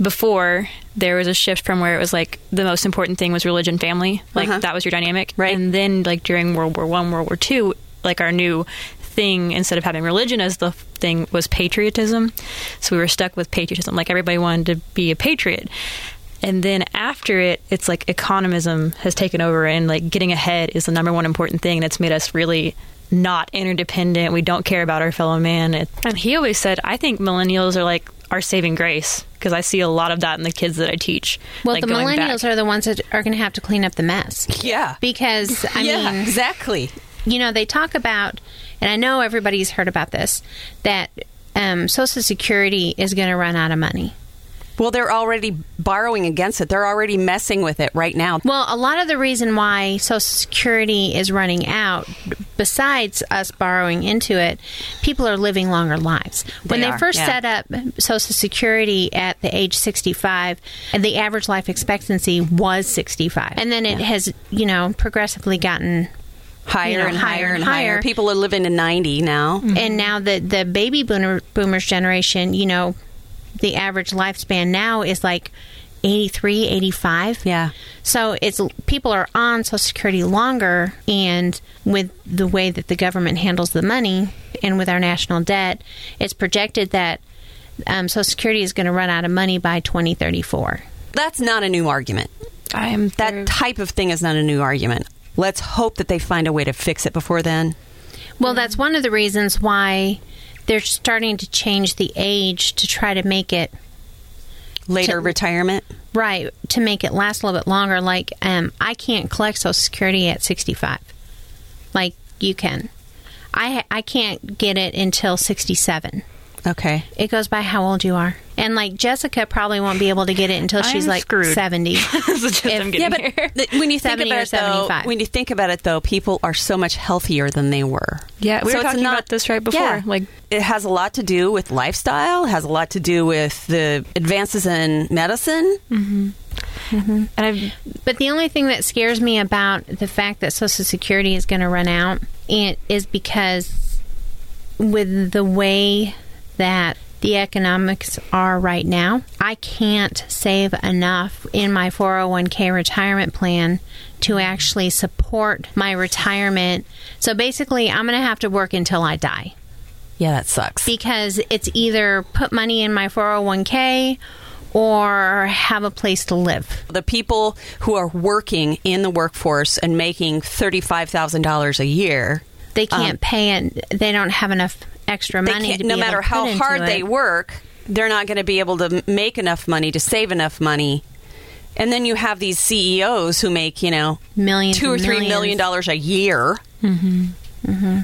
Speaker 3: before there was a shift from where it was like the most important thing was religion, family, like
Speaker 2: Uh-huh.
Speaker 3: that was your dynamic,
Speaker 2: Right.
Speaker 3: And then like during World War One, World War Two, like our new thing instead of having religion as the thing was patriotism. So we were stuck with patriotism. Like everybody wanted to be a patriot. And then after it, it's like economism has taken over, and like getting ahead is the number one important thing that's made us really not interdependent. We don't care about our fellow man. It- And he always said, I think millennials are like our saving grace because I see a lot of that in the kids that I teach.
Speaker 4: Well,
Speaker 3: like
Speaker 4: the
Speaker 3: going back.
Speaker 4: millennials are the ones that are going to have to clean up the mess.
Speaker 2: Yeah.
Speaker 4: Because, I
Speaker 2: yeah,
Speaker 4: mean,
Speaker 2: exactly.
Speaker 4: you know, they talk about, and I know everybody's heard about this, that um, Social Security is going to run out of money.
Speaker 2: Well, they're already borrowing against it. They're already messing with it right now.
Speaker 4: Well, a lot of the reason why Social Security is running out, besides us borrowing into it, people are living longer lives. when
Speaker 2: They
Speaker 4: they
Speaker 2: are,
Speaker 4: first
Speaker 2: yeah.
Speaker 4: set up Social Security at the age 65, and the average life expectancy was 65. And then it has, you know, progressively gotten
Speaker 2: Higher
Speaker 4: You know,
Speaker 2: and higher,
Speaker 4: higher
Speaker 2: and
Speaker 4: and
Speaker 2: higher.
Speaker 4: higher.
Speaker 2: People are living to 90 now.
Speaker 3: Mm-hmm.
Speaker 4: and now the the baby boomer, boomers generation you know the average lifespan now is like 83 85
Speaker 2: Yeah.
Speaker 4: so it's people are on social security longer and with the way that the government handles the money and with our national debt it's projected that um, social security is going to run out of money by 2034
Speaker 2: That's not a new argument.
Speaker 3: I am
Speaker 2: That
Speaker 3: through.
Speaker 2: type of thing is not a new argument. Let's hope that they find a way to fix it before then.
Speaker 4: Well, that's one of the reasons why they're starting to change the age to try to make it
Speaker 2: Later
Speaker 4: To-
Speaker 2: retirement.
Speaker 4: Right, to make it last a little bit longer. Like, um, I can't collect Social Security at 65. Like, you can. I, I can't get it until 67.
Speaker 2: Okay.
Speaker 4: It goes by how old you are. And, like, Jessica probably won't be able to get it until
Speaker 3: I'm
Speaker 4: she's, like,
Speaker 3: screwed.
Speaker 4: 70.
Speaker 3: This is just- I'm getting here.
Speaker 2: th- when you think
Speaker 4: 70
Speaker 2: about
Speaker 4: or
Speaker 2: it, though,
Speaker 4: 75.
Speaker 2: when you think about it, though, people are so much healthier than they were.
Speaker 3: Yeah, we
Speaker 2: So
Speaker 3: were
Speaker 2: it's
Speaker 3: talking
Speaker 2: not-
Speaker 3: about this right before.
Speaker 2: Yeah.
Speaker 3: Like,
Speaker 2: it has a lot to do with lifestyle. Has a lot to do with the advances in medicine.
Speaker 3: Mm. and I've
Speaker 4: But the only thing that scares me about the fact that Social Security is going to run out it is because with the way that the economics are right now, I can't save enough in my 401k retirement plan to actually support my retirement. So basically, I'm going to have to work until I die
Speaker 2: Yeah, that sucks.
Speaker 4: because it's either put money in my 401k or have a place to live.
Speaker 2: The people who are working in the workforce and making thirty-five thousand dollars a year,
Speaker 4: they can't pay and they don't have enough extra
Speaker 2: Um, they
Speaker 4: money
Speaker 2: can't-
Speaker 4: to
Speaker 2: no
Speaker 4: be
Speaker 2: matter
Speaker 4: able to put
Speaker 2: how
Speaker 4: into
Speaker 2: hard they
Speaker 4: it.
Speaker 2: work, they're not going to be able to m- make enough money to save enough money. And then you have these CEOs who make you know
Speaker 4: millions
Speaker 2: two or
Speaker 4: and
Speaker 2: three
Speaker 4: millions.
Speaker 2: million dollars a year. Mm-hmm. Mm-hmm.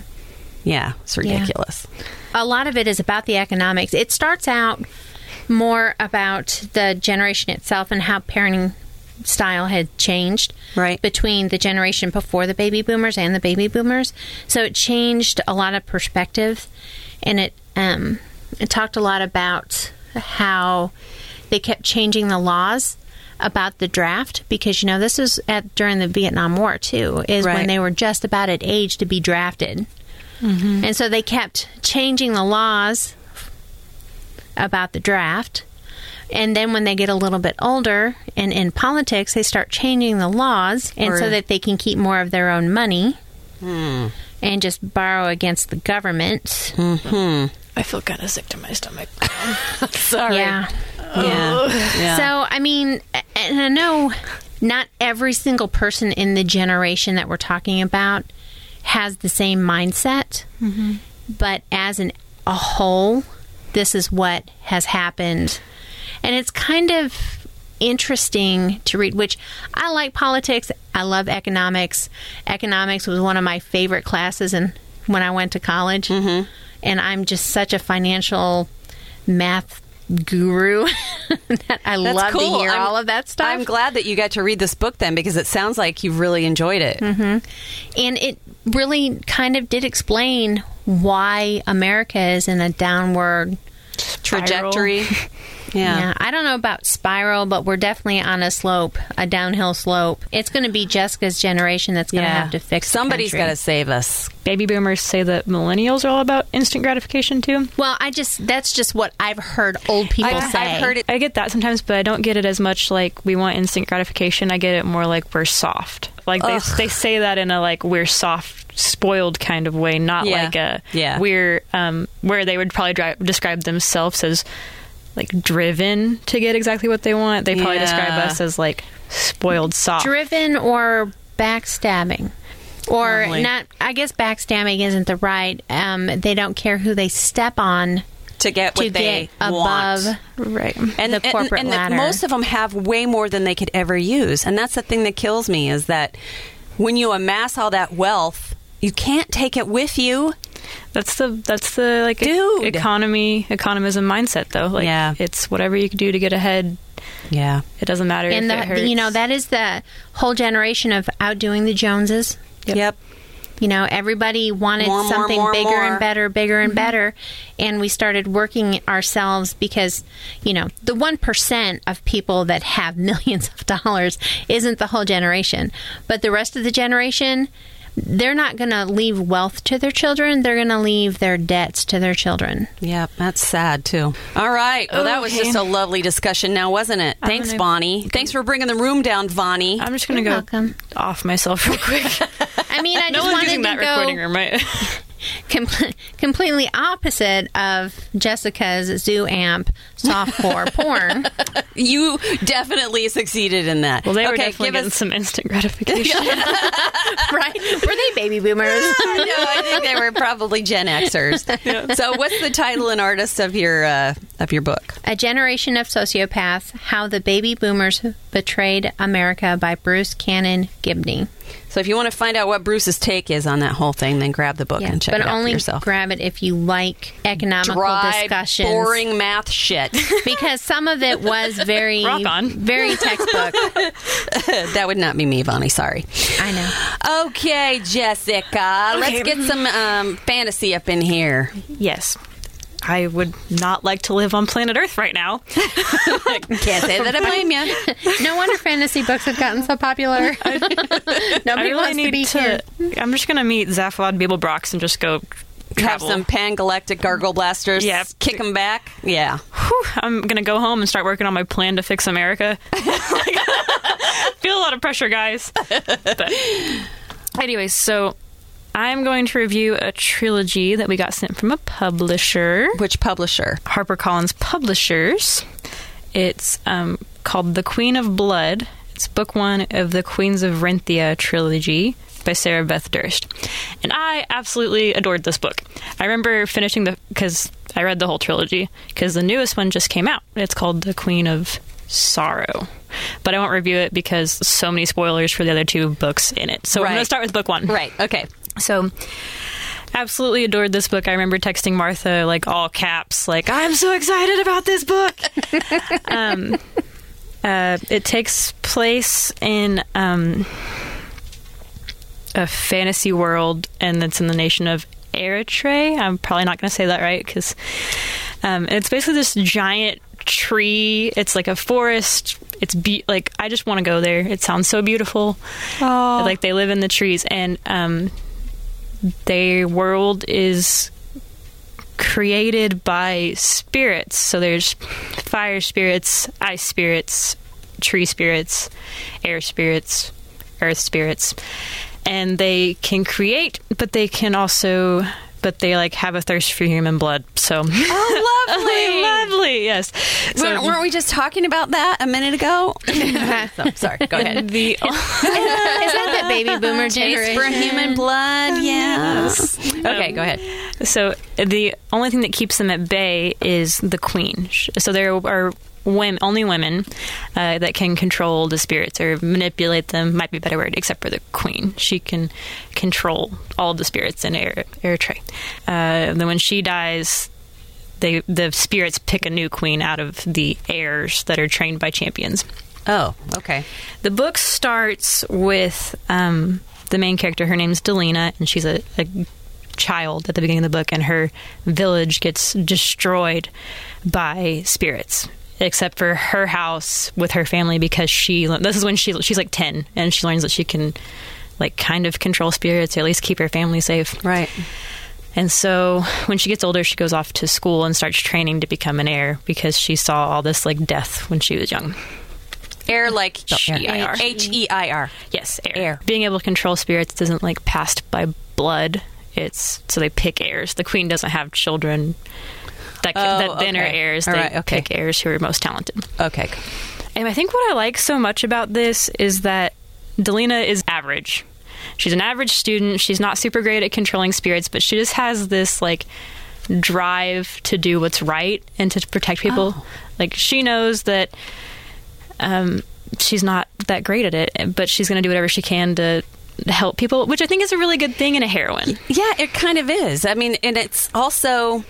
Speaker 2: Yeah, it's ridiculous.
Speaker 4: a lot of it is about the economics it starts out more about the generation itself and how parenting style had changed
Speaker 2: Right.
Speaker 4: between the generation before the baby boomers and the baby boomers so it changed a lot of perspective and it um it talked a lot about how they kept changing the laws about the draft because you know this is at during the Vietnam War too is
Speaker 2: Right.
Speaker 4: when they were just about at age to be drafted and so they kept changing the laws about the draft. And then when they get a little bit older and in politics, they start changing the laws and
Speaker 2: Or- Hmm.
Speaker 4: so that they can keep more of their own money and just borrow against the government.
Speaker 3: I feel kind of sick to my stomach.
Speaker 2: Sorry.
Speaker 4: Yeah.
Speaker 2: Yeah. yeah.
Speaker 4: So, I mean, a- and I know not every single person in the generation that we're talking about has the same mindset, but as an, a whole, this is what has happened. And it's kind of interesting to read, which I like politics. I love economics. Economics was one of my favorite classes and when I went to college.
Speaker 2: Mm-hmm.
Speaker 4: And I'm just such a financial math guru that I
Speaker 2: That's
Speaker 4: love
Speaker 2: cool.
Speaker 4: to hear
Speaker 2: I'm-
Speaker 4: all of that stuff.
Speaker 2: I'm glad that you got to read this book then because it sounds like you've really enjoyed it.
Speaker 4: and it really kind of did explain why America is in a downward
Speaker 2: trajectory.
Speaker 4: Yeah.
Speaker 2: Yeah.
Speaker 4: I don't know about spiral, but we're definitely on a slope, a downhill slope. It's going to be Jessica's generation that's going to have to fix.
Speaker 2: Somebody's got
Speaker 4: got
Speaker 2: to save us.
Speaker 3: Baby boomers say that millennials are all about instant gratification too.
Speaker 4: Well, I just that's just what I've heard old people
Speaker 2: I've,
Speaker 4: say.
Speaker 2: I've heard it.
Speaker 3: I get that sometimes, but I don't get it as much like we want instant gratification. I get it more like we're soft. Like they, they say that in a like we're soft, spoiled kind of way, not
Speaker 2: Yeah.
Speaker 3: like a
Speaker 2: Yeah.
Speaker 3: we're um, where they would probably dri- describe themselves as like driven to get exactly what they want. They probably describe
Speaker 2: Yeah.
Speaker 3: us as like spoiled soft.
Speaker 4: driven or backstabbing. Or
Speaker 2: Probably.
Speaker 4: not, I guess backstabbing isn't the right. Um, they don't care who they step on
Speaker 2: to get what
Speaker 4: to
Speaker 2: they
Speaker 4: get above
Speaker 2: want.
Speaker 3: right.
Speaker 4: the corporate
Speaker 2: and,
Speaker 4: ladder.
Speaker 2: most of them have way more than they could ever use, and that's the thing that kills me is that when you amass all that wealth, you can't take it with you.
Speaker 3: That's the that's the like e-
Speaker 2: Dude.
Speaker 3: economy economism mindset though. Like
Speaker 2: Yeah.
Speaker 3: it's whatever you can do to get ahead.
Speaker 2: Yeah,
Speaker 3: It doesn't matter
Speaker 4: and
Speaker 3: if it
Speaker 4: the,
Speaker 3: hurts.
Speaker 4: you know that is the whole generation of outdoing the Joneses.
Speaker 2: yep.
Speaker 4: You know, everybody wanted
Speaker 2: More, more,
Speaker 4: something
Speaker 2: more,
Speaker 4: bigger
Speaker 2: more. Mm-hmm.
Speaker 4: and better, bigger and better, and we started working ourselves because you know the one percent of people that have millions of dollars isn't the whole generation, but the rest of the generation. They're not going to leave wealth to their children. They're going to leave their debts to their children.
Speaker 2: Yep. that's sad too. All right, well, that was
Speaker 3: Okay.
Speaker 2: just a lovely discussion, now wasn't it? Thanks,
Speaker 3: gonna-
Speaker 2: Bonnie. Thanks for bringing the room down, Bonnie.
Speaker 3: I'm just gonna
Speaker 4: You're
Speaker 3: go
Speaker 4: welcome.
Speaker 3: off myself real quick.
Speaker 4: I mean, I
Speaker 3: no
Speaker 4: just
Speaker 3: one's
Speaker 4: wanted
Speaker 3: using
Speaker 4: to
Speaker 3: that
Speaker 4: go.
Speaker 3: recording room, right?
Speaker 4: com- completely opposite of Jessica's zoo amp softcore porn.
Speaker 2: you definitely succeeded in that.
Speaker 3: Well, they were
Speaker 2: okay,
Speaker 3: definitely
Speaker 2: give
Speaker 3: getting
Speaker 2: us.
Speaker 3: some instant gratification.
Speaker 4: right? Were they baby boomers?
Speaker 2: no, I think they were probably Gen Xers. So, what's the title and artist of your uh, of your book?
Speaker 4: A Generation of Sociopaths How the Baby Boomers Betrayed America by Bruce Cannon Gibney.
Speaker 2: So if you want to find out what Bruce's take is on that whole thing, then grab the book and check
Speaker 4: but
Speaker 2: it out
Speaker 4: only
Speaker 2: for yourself.
Speaker 4: grab it if you like economical
Speaker 2: Dry,
Speaker 4: discussions.
Speaker 2: boring math shit.
Speaker 4: Because some of it was very,
Speaker 3: Rock on.
Speaker 4: very textbook.
Speaker 2: that would not be me, Bonnie. Sorry.
Speaker 4: I know.
Speaker 2: Okay, Jessica, let's get some um, fantasy up in here.
Speaker 3: yes. I would not like to live on planet Earth right now.
Speaker 2: Can't say that I blame you.
Speaker 4: No wonder fantasy books have gotten so popular.
Speaker 3: I
Speaker 4: Nobody
Speaker 3: really
Speaker 4: wants to
Speaker 3: need
Speaker 4: be here.
Speaker 3: I'm just gonna meet Zaphod Beeblebrox and just go
Speaker 2: Have
Speaker 3: travel.
Speaker 2: some pan galactic gargle blasters.
Speaker 3: Yep.
Speaker 2: kick them back. Yeah,
Speaker 3: Whew, I'm gonna go home and start working on my plan to fix America. Like, feel a lot of pressure, guys. But anyway, so I'm going to review a trilogy that we got sent from a publisher.
Speaker 2: which publisher?
Speaker 3: HarperCollins Publishers. It's um, called The Queen of Blood. It's book one of the Queens of Renthia trilogy by Sarah Beth Durst. And I absolutely adored this book. I remember finishing the, because I read the whole trilogy, because the newest one just came out. It's called The Queen of Sorrow. But I won't review it because so many spoilers for the other two books in it. So I'm going
Speaker 2: Right.
Speaker 3: to start with book one.
Speaker 2: Right. Okay.
Speaker 3: So absolutely adored this book. I remember texting Martha like all caps like I'm so excited about this book. um uh, it takes place in um, a fantasy world, and it's in the nation of Eritrea. I'm probably not going to say that right because um, it's basically this giant tree. It's like a forest. It's be- like I just want to go there. It sounds so beautiful. Like they live in the trees, and um, their world is created by spirits. So there's fire spirits, ice spirits, tree spirits, air spirits, earth spirits. And they can create, but they can also but they like have a thirst for human blood. So
Speaker 2: Oh, lovely.
Speaker 3: lovely, yes. So
Speaker 2: Weren't- weren't we just talking about that a minute ago? So, Oh, sorry. Go ahead.
Speaker 3: the
Speaker 4: Is that the baby boomer
Speaker 2: Taste
Speaker 4: generation?
Speaker 2: for human blood. Yes. Okay,
Speaker 3: Um,
Speaker 2: go ahead.
Speaker 3: So the only thing that keeps them at bay is the queen. Sh- So there are women, only women uh, that can control the spirits or manipulate them. Might be a better word, except for the queen. She can control all the spirits in Ere- Eritrea. Uh, then when she dies. They, the spirits pick a new queen out of the heirs that are trained by champions.
Speaker 2: Oh, okay.
Speaker 3: The book starts with um, the main character. Her name's Delina, and she's a, a child at the beginning of the book, and her village gets destroyed by spirits. Except for her house with her family, because she this is when she she's like ten, and she learns that she can like kind of control spirits or at least keep her family safe.
Speaker 2: Right.
Speaker 3: And so when she gets older, she goes off to school and starts training to become an heir because she saw all this like death when she was young.
Speaker 2: Air like
Speaker 3: H-E-I-R.
Speaker 2: Oh, H E I R.
Speaker 3: Yes, heir.
Speaker 2: Heir.
Speaker 3: Being able to control spirits isn't like passed by blood. It's so they pick heirs. The queen doesn't have children. That,
Speaker 2: Oh,
Speaker 3: that then are
Speaker 2: okay.
Speaker 3: heirs.
Speaker 2: All
Speaker 3: they
Speaker 2: right, okay.
Speaker 3: pick heirs who are most talented.
Speaker 2: Okay.
Speaker 3: And I think what I like so much about this is that Delina is average. She's an average student. She's not super great at controlling spirits, but she just has this like drive to do what's right and to protect people. Like she knows that um, she's not that great at it, but she's going to do whatever she can to help people, which I think is a really good thing in a heroine.
Speaker 2: Yeah, it kind of is. I mean, and it's also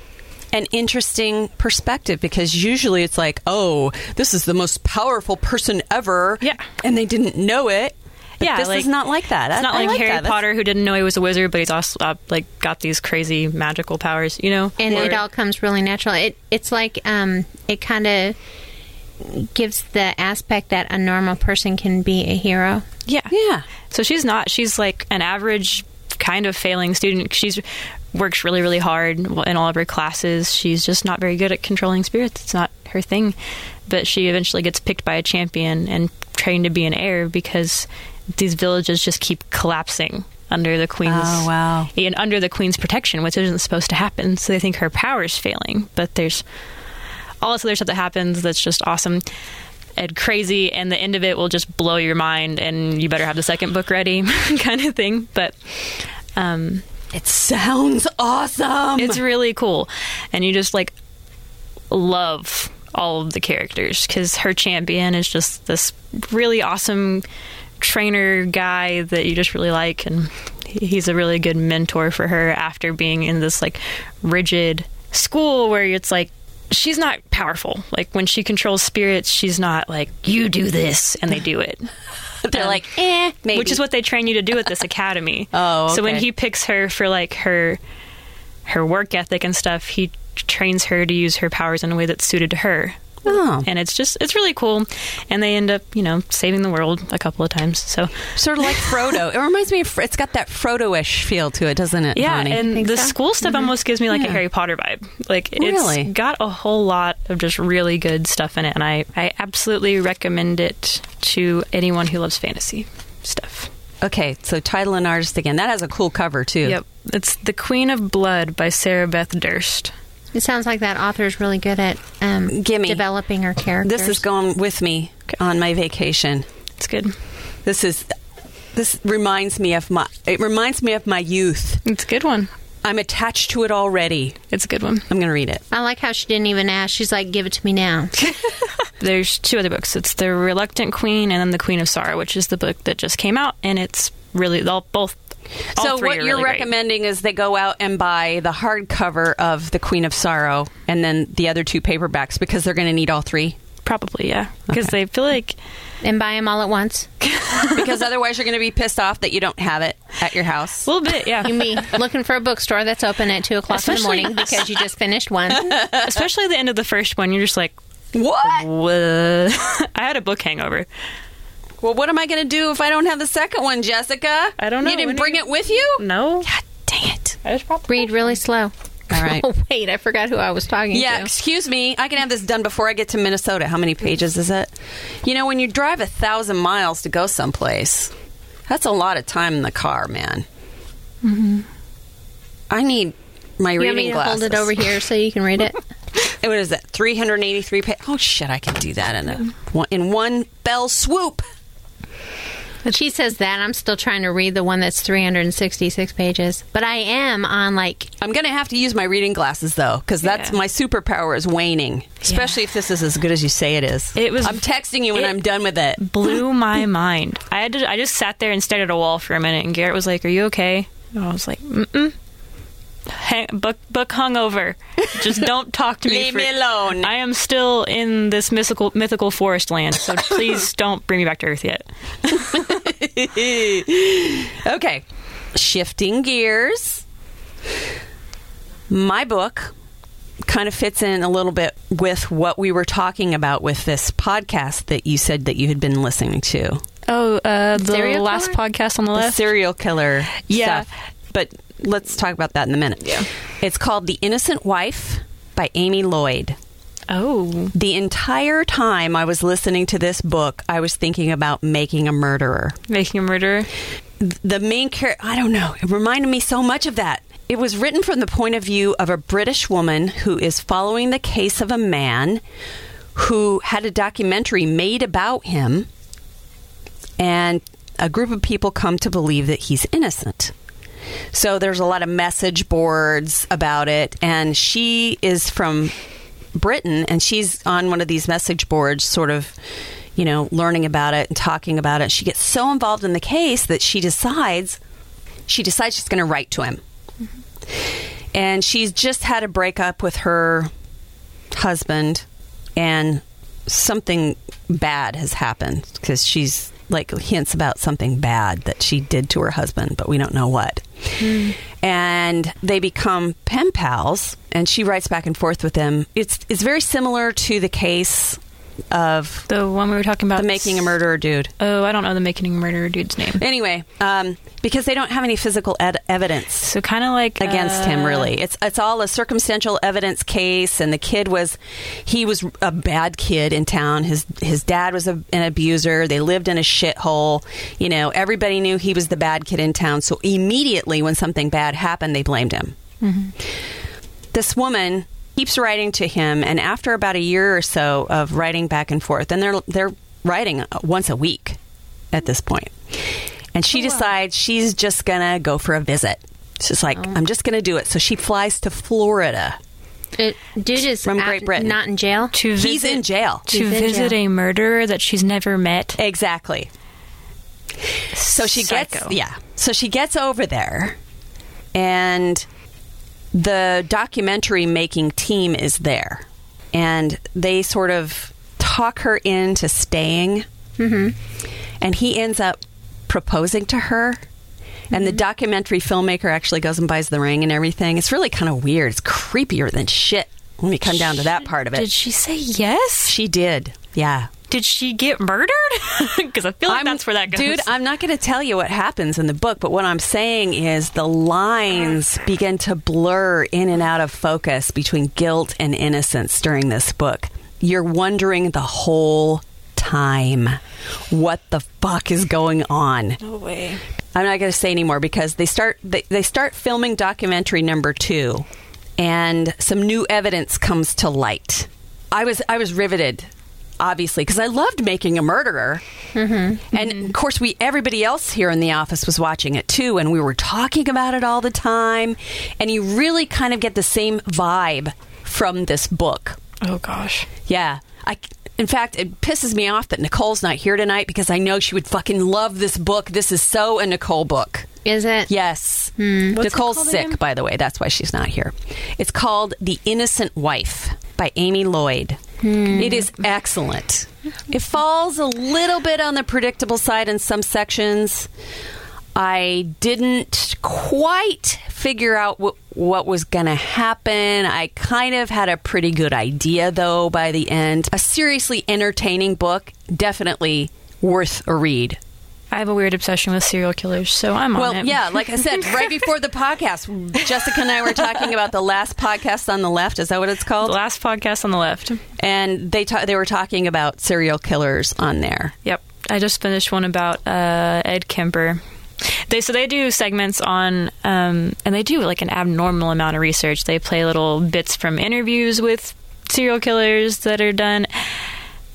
Speaker 2: an interesting perspective because usually it's like, oh, this is the most powerful person ever.
Speaker 3: Yeah.
Speaker 2: And they didn't know it. But
Speaker 3: Yeah,
Speaker 2: This
Speaker 3: like-
Speaker 2: is not like that. I-
Speaker 3: It's not
Speaker 2: I
Speaker 3: like, Harry
Speaker 2: that. That's-
Speaker 3: Potter who didn't know he was a wizard, but he's also uh, like got these crazy magical powers, you know?
Speaker 4: and
Speaker 3: Or-
Speaker 4: it all comes really natural. It it's like um, it kind of gives the aspect that a normal person can be a hero.
Speaker 3: yeah,
Speaker 2: Yeah.
Speaker 3: So she's not. She's like an average, kind of failing student. She's works really, really hard in all of her classes. She's just not very good at controlling spirits. It's not her thing. But she eventually gets picked by a champion and trained to be an heir because these villages just keep collapsing under the queen's
Speaker 2: Oh, wow.
Speaker 3: and under the queen's protection, which isn't supposed to happen. So they think her power's failing, but there's all this other stuff that happens that's just awesome and crazy, and the end of it will just blow your mind, and you better have the second book ready, kind of thing. But um,
Speaker 2: It sounds awesome.
Speaker 3: it's really cool, and you just like love all of the characters because her champion is just this really awesome trainer guy that you just really like and he- he's a really good mentor for her after being in this like rigid school where it's like she's not powerful like when she controls spirits she's not like you do this and they do it
Speaker 2: They're like, eh, maybe.
Speaker 3: which is what they train you to do at this academy.
Speaker 2: Oh,
Speaker 3: so when
Speaker 2: okay.
Speaker 3: he picks her for like her her work ethic and stuff, he trains her to use her powers in a way that's suited to her.
Speaker 2: Oh.
Speaker 3: And it's just it's really cool, and they end up you know saving the world a couple of times. So
Speaker 2: sort of like Frodo. it reminds me of, Fro- it's got that Frodo-ish feel to it, doesn't it?
Speaker 3: yeah,
Speaker 2: Bonnie?
Speaker 3: and the
Speaker 4: so?
Speaker 3: school stuff almost gives me like
Speaker 2: Mm-hmm. Yeah.
Speaker 3: a Harry Potter vibe. Like it's
Speaker 2: Really?
Speaker 3: got a whole lot of just really good stuff in it, and I I absolutely recommend it to anyone who loves fantasy stuff.
Speaker 2: okay, so title and artist again. That has a cool cover too.
Speaker 3: Yep, it's The Queen of Blood by Sarah Beth Durst.
Speaker 4: It sounds like that author is really good at um,
Speaker 2: Gimme.
Speaker 4: developing her characters.
Speaker 2: This is going with me on my vacation.
Speaker 3: It's good.
Speaker 2: This is this reminds me of my it reminds me of my youth.
Speaker 3: It's a good one.
Speaker 2: I'm attached to it already.
Speaker 3: It's a good one.
Speaker 2: I'm going to read it.
Speaker 4: I like how she didn't even ask. She's like, "Give it to me now."
Speaker 3: There's two other books. It's The Reluctant Queen and then The Queen of Sorrow, which is the book that just came out, and it's really all, both. all
Speaker 2: so
Speaker 3: three
Speaker 2: what
Speaker 3: are
Speaker 2: you're
Speaker 3: really great.
Speaker 2: recommending is they go out and buy the hardcover of The Queen of Sorrow and then the other two paperbacks because they're going to need all three
Speaker 3: Probably, yeah, because
Speaker 2: Okay.
Speaker 3: they feel like
Speaker 4: and buy them all at once.
Speaker 2: because otherwise you're going to be pissed off that you don't have it at your house.
Speaker 3: a little bit,
Speaker 4: You
Speaker 3: yeah.
Speaker 4: mean looking for a bookstore that's open at two o'clock
Speaker 3: Especially-
Speaker 4: in the morning because you just finished one?
Speaker 3: Especially the end of the first one, you're just like,
Speaker 2: What?
Speaker 3: "Whoa!" I had a book hangover.
Speaker 2: Well, what am I going to do if I don't have the second one, Jessica?
Speaker 3: I don't know.
Speaker 2: You didn't
Speaker 3: When
Speaker 2: bring
Speaker 3: are
Speaker 2: it with you?
Speaker 3: No,
Speaker 2: God dang it.
Speaker 3: I was probably
Speaker 4: Read really slow.
Speaker 2: All right.
Speaker 4: Oh wait, I forgot who I was talking
Speaker 2: Yeah,
Speaker 4: to.
Speaker 2: excuse me. I can have this done before I get to Minnesota. How many pages is it? You know, when you drive a thousand miles to go someplace, that's a lot of time in the car, man. I need my
Speaker 4: Mm-hmm. You want
Speaker 2: reading
Speaker 4: me to
Speaker 2: glasses.
Speaker 4: hold it over here so you can read it?
Speaker 2: What is that? Three hundred eighty-three pages. Oh shit! I can do that in a
Speaker 4: Mm-hmm.
Speaker 2: one, in one fell swoop.
Speaker 4: She says that I'm still trying to read the one that's 366 pages, but I am on like
Speaker 2: I'm gonna have to use my reading glasses though, because that's
Speaker 3: Yeah.
Speaker 2: my superpower is waning. Especially if this is as good as you say it is.
Speaker 3: It was-
Speaker 2: I'm texting you when
Speaker 3: it-
Speaker 2: I'm done with it.
Speaker 3: blew my mind. I had to, I just sat there and stared at a wall for a minute, and Garrett was like, "Are you okay?" And I was like, "Mm-mm." Hang, book book hungover. Just don't talk to me.
Speaker 2: Leave
Speaker 3: for-
Speaker 2: me alone.
Speaker 3: I am still in this mythical mythical forest land, so please don't bring me back to Earth yet.
Speaker 2: okay. Shifting gears. my book kind of fits in a little bit with what we were talking about with this podcast that you said that you had been listening to.
Speaker 3: Oh, uh, the
Speaker 4: Serial
Speaker 3: last
Speaker 4: killer?
Speaker 3: podcast on the
Speaker 2: the
Speaker 3: left.
Speaker 2: serial killer
Speaker 3: Yeah.
Speaker 2: stuff. But let's talk about that in a minute.
Speaker 3: Yeah.
Speaker 2: It's called The Innocent Wife by Amy Lloyd.
Speaker 3: oh,
Speaker 2: The entire time I was listening to this book, I was thinking about making a murderer.
Speaker 3: making a murderer.
Speaker 2: Th- The main character, I don't know, it reminded me so much of that. It was written from the point of view of a British woman who is following the case of a man who had a documentary made about him, and a group of people come to believe that he's innocent. So there's a lot of message boards about it, and she is from Britain, and she's on one of these message boards, sort of, you know, learning about it and talking about it. She gets so involved in the case that she decides she decides she's going to write to him, and she's just had a breakup with her husband, and something bad has happened because she's like hints about something bad that she did to her husband, but we don't know what. And they become pen pals, and she writes back and forth with him. It's it's very similar to the case of
Speaker 3: The one we were talking about.
Speaker 2: the making a murderer dude.
Speaker 3: Oh, I don't know the making a murderer dude's name.
Speaker 2: Anyway, um, because they don't have any physical ed- evidence.
Speaker 3: So kind of like
Speaker 2: against him
Speaker 3: uh,
Speaker 2: really it's it's all a circumstantial evidence case and the kid was he was a bad kid in town his his dad was a, an abuser they lived in a shithole you know everybody knew he was the bad kid in town so immediately when something bad happened they blamed him
Speaker 3: Mm-hmm.
Speaker 2: this woman keeps writing to him and after about a year or so of writing back and forth and they're they're writing once a week at this point and
Speaker 3: Oh,
Speaker 2: she decides she's just gonna go for a visit she's like
Speaker 3: Oh.
Speaker 2: i'm just gonna do it so she flies to florida
Speaker 4: It, dude is
Speaker 2: From
Speaker 4: out-
Speaker 2: Great Britain.
Speaker 4: not in jail.
Speaker 3: to
Speaker 2: he's
Speaker 3: visit,
Speaker 2: in jail
Speaker 3: to
Speaker 4: He's in
Speaker 3: visit
Speaker 4: jail.
Speaker 3: a murderer that she's never met.
Speaker 2: exactly so she
Speaker 3: Psycho.
Speaker 2: gets yeah so she gets over there and the documentary making team is there and they sort of talk her into staying
Speaker 3: Mm-hmm.
Speaker 2: and he ends up proposing to her and
Speaker 3: Mm-hmm.
Speaker 2: the documentary filmmaker actually goes and buys the ring and everything it's really kind of weird it's creepier than shit when we come down to that part of it
Speaker 3: Did she say yes?
Speaker 2: she did yeah
Speaker 3: Uh, Did she get murdered? Because I feel like
Speaker 2: I'm-
Speaker 3: that's where that goes.
Speaker 2: Dude, I'm not going to tell you what happens in the book, but what I'm saying is the lines begin to blur in and out of focus between guilt and innocence during this book. You're wondering the whole time what the fuck is going on.
Speaker 3: no way.
Speaker 2: I'm not going to say anymore because they start they, they start filming documentary number 2 and some new evidence comes to light. I was I was riveted obviously because I loved making a murderer. And of course we everybody else here in the office was watching it too and we were talking about it all the time and you really kind of get the same vibe from this book.
Speaker 3: Oh gosh.
Speaker 2: Yeah. I in fact, it pisses me off that Nicole's not here tonight because I know she would fucking love this book. This is so a Nicole book.
Speaker 4: Is it?
Speaker 2: Yes.
Speaker 3: What's it
Speaker 2: Nicole's
Speaker 3: called
Speaker 2: sick,
Speaker 3: again?
Speaker 2: by the way. That's why she's not here. It's called The Innocent Wife by Amy Lloyd.
Speaker 3: Hmm.
Speaker 2: It is excellent. It falls a little bit on the predictable side in some sections. I didn't quite figure out what, what was going to happen. I kind of had a pretty good idea, though, by the end. A seriously entertaining book, definitely worth a read.
Speaker 3: I have a weird obsession with serial killers, so I'm
Speaker 2: Well,
Speaker 3: on it.
Speaker 2: yeah, like I said, right before the podcast, Jessica and I were talking about the last podcast on the left. Is that what it's
Speaker 3: The
Speaker 2: called?
Speaker 3: last podcast on the left.
Speaker 2: And they ta- they were talking about serial killers on there.
Speaker 3: Yep. I just finished one about uh, Ed Kemper. They so they do segments on um, and they do like an abnormal amount of research. They play little bits from interviews with serial killers that are done.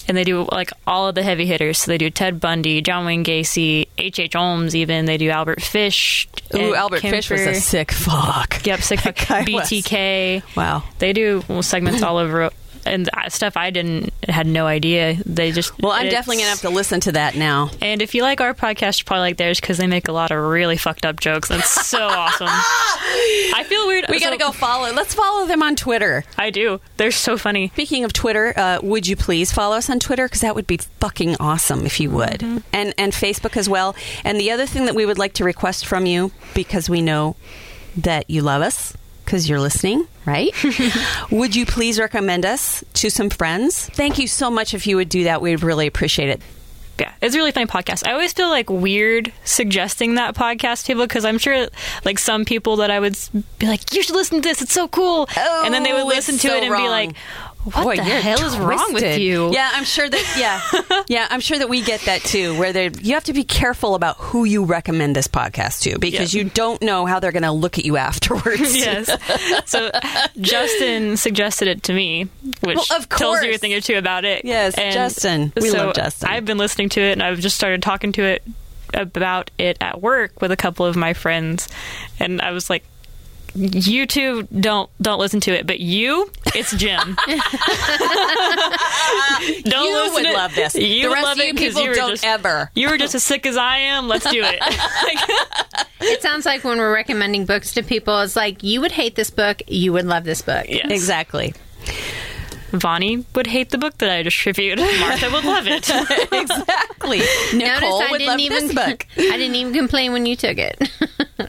Speaker 3: And they do like all of the heavy hitters. So they do Ted Bundy, John Wayne Gacy, H. H. Holmes. Even they do Albert Fish.
Speaker 2: Ooh,
Speaker 3: Ed
Speaker 2: Albert Fish was
Speaker 3: Kemper.
Speaker 2: a sick fuck.
Speaker 3: Yep, sick
Speaker 2: That guy was-
Speaker 3: BTK.
Speaker 2: Wow.
Speaker 3: They do well, segments all over and uh, stuff I didn't had no idea. They just
Speaker 2: Well, I'm
Speaker 3: it's-
Speaker 2: definitely gonna have to listen to that now.
Speaker 3: And if you like our podcast, you probably like theirs because they make a lot of really fucked up jokes. That's so awesome. I feel weird.
Speaker 2: We
Speaker 3: so-
Speaker 2: gotta go follow. Let's follow them on Twitter.
Speaker 3: I do. They're so funny.
Speaker 2: Speaking of Twitter, uh, would you please follow us on Twitter? Because that would be fucking awesome if you would, and and Facebook as well. And the other thing that we would like to request from you, because we know that you love us, because you're listening, right? would you please recommend us to some friends? Thank you so much if you would do that. We'd really appreciate it.
Speaker 3: yeah, it's a really funny podcast. I always feel like weird suggesting that podcast to people because I'm sure like some people that I would s- be like, you should listen to this. It's so cool.
Speaker 2: Oh,
Speaker 3: and then they would
Speaker 2: it's
Speaker 3: listen to
Speaker 2: so
Speaker 3: it and be
Speaker 2: wrong.
Speaker 3: like, what
Speaker 2: Boy,
Speaker 3: the
Speaker 2: you're
Speaker 3: hell is wrong with
Speaker 2: twisted.
Speaker 3: you?
Speaker 2: Yeah, I'm sure that. Yeah, yeah, I'm sure that we get that too. Where they, you have to be careful about who you recommend this podcast to because
Speaker 3: Yeah.
Speaker 2: you don't know how they're going to look at you afterwards.
Speaker 3: yes. So Justin suggested it to me, which
Speaker 2: Well, of
Speaker 3: tells you a
Speaker 2: course.
Speaker 3: thing or two about it.
Speaker 2: Yes,
Speaker 3: And
Speaker 2: Justin. We
Speaker 3: so
Speaker 2: love Justin.
Speaker 3: I've been listening to it, and I've just started talking to it about it at work with a couple of my friends, and I was like. You two don't don't listen to it, but you, it's Jim. don't
Speaker 2: you
Speaker 3: listen
Speaker 2: would
Speaker 3: to-
Speaker 2: love this.
Speaker 3: You
Speaker 2: the
Speaker 3: would
Speaker 2: rest
Speaker 3: love
Speaker 2: of
Speaker 3: it
Speaker 2: you
Speaker 3: 'cause
Speaker 2: people
Speaker 3: you were
Speaker 2: don't
Speaker 3: just,
Speaker 2: ever.
Speaker 3: You were just as sick as I am. Let's do it.
Speaker 4: It sounds like when we're recommending books to people, it's like you would hate this book, you would love this book.
Speaker 3: Yes.
Speaker 2: Exactly.
Speaker 3: Vonnie would hate the book that I just reviewed. Martha would love it.
Speaker 2: Exactly. Nicole would love this book.
Speaker 4: I didn't even complain when you took it.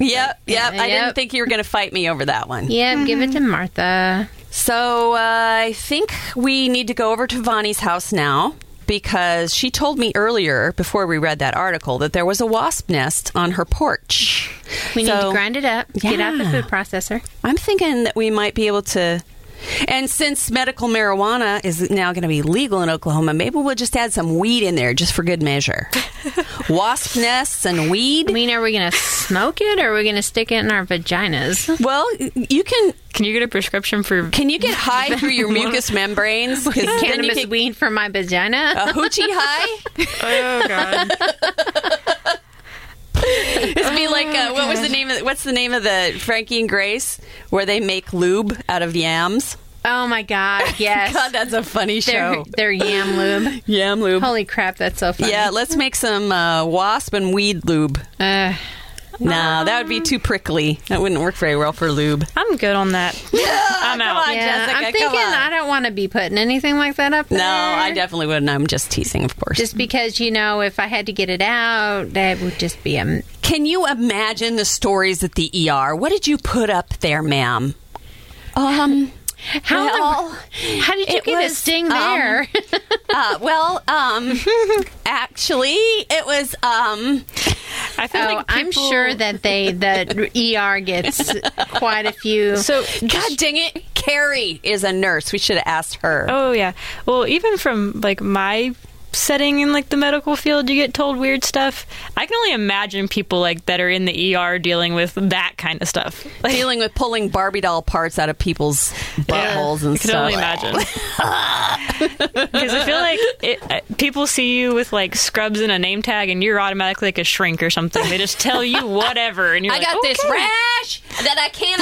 Speaker 2: Yep, yep. I didn't
Speaker 4: Yep.
Speaker 2: think you were going to fight me over that one.
Speaker 4: yep, give it to
Speaker 2: Mm-hmm.
Speaker 4: Martha.
Speaker 2: So uh, I think we need to go over to Vonnie's house now because she told me earlier before we read that article that there was a wasp nest on her porch.
Speaker 4: We need
Speaker 2: So
Speaker 4: to grind it up, get out the
Speaker 2: Yeah.
Speaker 4: food processor.
Speaker 2: I'm thinking that we might be able to. And since medical marijuana is now going to be legal in Oklahoma, maybe we'll just add some weed in there just for good measure. wasp nests and
Speaker 4: I
Speaker 2: weed.
Speaker 4: mean, are we going to smoke it or are we going to stick it in our vaginas?
Speaker 2: Well, you can
Speaker 3: Can you get a prescription for?
Speaker 2: can you get high through your mucous membranes? 'Cause then you
Speaker 4: Cannabis
Speaker 2: could-
Speaker 4: weed for my vagina?
Speaker 2: a hoochie high.
Speaker 3: oh god,
Speaker 2: It'd be like uh, what was the name of what's the name of the Frankie and Grace where they make lube out of yams?
Speaker 4: Oh my god, yes.
Speaker 2: God, that's a funny
Speaker 4: they're,
Speaker 2: show.
Speaker 4: they're yam lube.
Speaker 2: Yam lube.
Speaker 4: Holy crap, that's so funny.
Speaker 2: Yeah, let's make some uh, wasp and weed lube.
Speaker 4: Uh,
Speaker 2: Nah, that would be too prickly. That wouldn't work very well for lube.
Speaker 3: I'm good on that. I'm
Speaker 2: Ah, come
Speaker 3: out.
Speaker 2: on.
Speaker 4: yeah,
Speaker 2: Jessica,
Speaker 4: I'm
Speaker 2: come
Speaker 4: thinking
Speaker 2: on.
Speaker 4: I don't want to be putting anything like that up there.
Speaker 2: No, I definitely wouldn't. I'm just teasing, of course.
Speaker 4: Just because, you know, if I had to get it out, that would just be a.
Speaker 2: Can you imagine the stories at the ER? What did you put up there, ma'am? Um.
Speaker 4: How, in the-
Speaker 2: Well,
Speaker 4: how did you
Speaker 2: it
Speaker 4: get a
Speaker 2: was,
Speaker 4: sting
Speaker 2: um,
Speaker 4: there?
Speaker 2: Uh, well, um, actually, it was um,
Speaker 3: I feel
Speaker 4: oh,
Speaker 3: like
Speaker 4: I'm
Speaker 3: people-
Speaker 4: sure that they, the ER gets quite a few.
Speaker 3: So
Speaker 2: God dang it. Carrie is a nurse. We should have asked her.
Speaker 3: oh yeah. Well, even from like my setting in like the medical field, you get told weird stuff. I can only imagine people like that are in the ER dealing with that kind of stuff. Like,
Speaker 2: Dealing with pulling Barbie doll parts out of people's buttholes
Speaker 3: I
Speaker 2: and
Speaker 3: can
Speaker 2: stuff.
Speaker 3: only imagine. Because I feel like it, uh, people see you with like scrubs and a name tag, and you're automatically like a shrink or something. They just tell you whatever, and you're
Speaker 2: I
Speaker 3: like, "Oh,
Speaker 2: got this
Speaker 3: "Okay."
Speaker 2: rash that I can't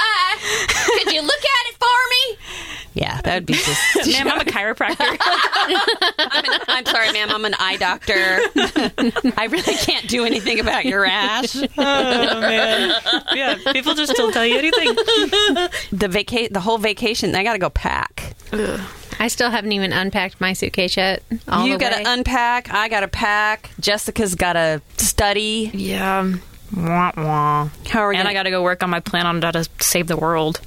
Speaker 2: identify. Could you look at it for me? Yeah, that would be just.
Speaker 3: Ma'am, I'm a chiropractor.
Speaker 2: I'm, an, I'm sorry, ma'am. I'm an eye doctor. I really can't do anything about your rash.
Speaker 3: oh man, yeah. People just don't tell you anything.
Speaker 2: The vaca- the whole vacation. I got to go pack.
Speaker 4: I still haven't even unpacked my suitcase yet. All
Speaker 2: you
Speaker 4: the
Speaker 2: got
Speaker 4: way.
Speaker 2: to unpack. I got to pack. Jessica's got to study.
Speaker 3: Yeah. Wah, wah.
Speaker 2: How are we
Speaker 3: And I
Speaker 2: gonna-
Speaker 3: got to go work on my plan on how to save the world.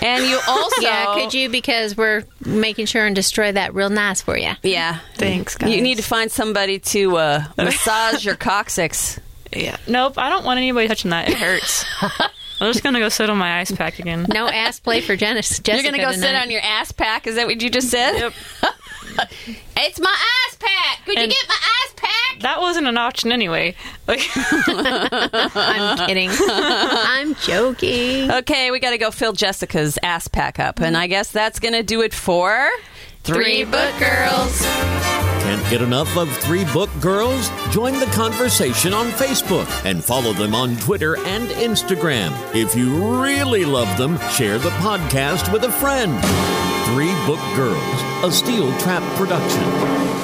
Speaker 2: And you also
Speaker 4: yeah, could you? Because we're making sure and destroy that real nice for you.
Speaker 2: Yeah.
Speaker 3: Thanks, guys.
Speaker 2: You need to find somebody to uh, massage your coccyx.
Speaker 3: Yeah. Nope. I don't want anybody touching that. It hurts. I'm just gonna go sit on my ice pack again.
Speaker 4: No ass play for Janice.
Speaker 2: You're going to go sit on your ass pack. Is that what you just said?
Speaker 3: Yep.
Speaker 2: it's my ass pack. Could
Speaker 3: And-
Speaker 2: you get my ass pack?
Speaker 3: That wasn't an option anyway. Like,
Speaker 4: I'm kidding. I'm joking.
Speaker 2: Okay, we got to go fill Jessica's ass pack up. And I guess that's going to do it for
Speaker 4: Three book girls.
Speaker 5: Can't get enough of Three Book Girls? Join the conversation on Facebook and follow them on Twitter and Instagram. If you really love them, share the podcast with a friend. Three Book Girls, a Steel Trap production.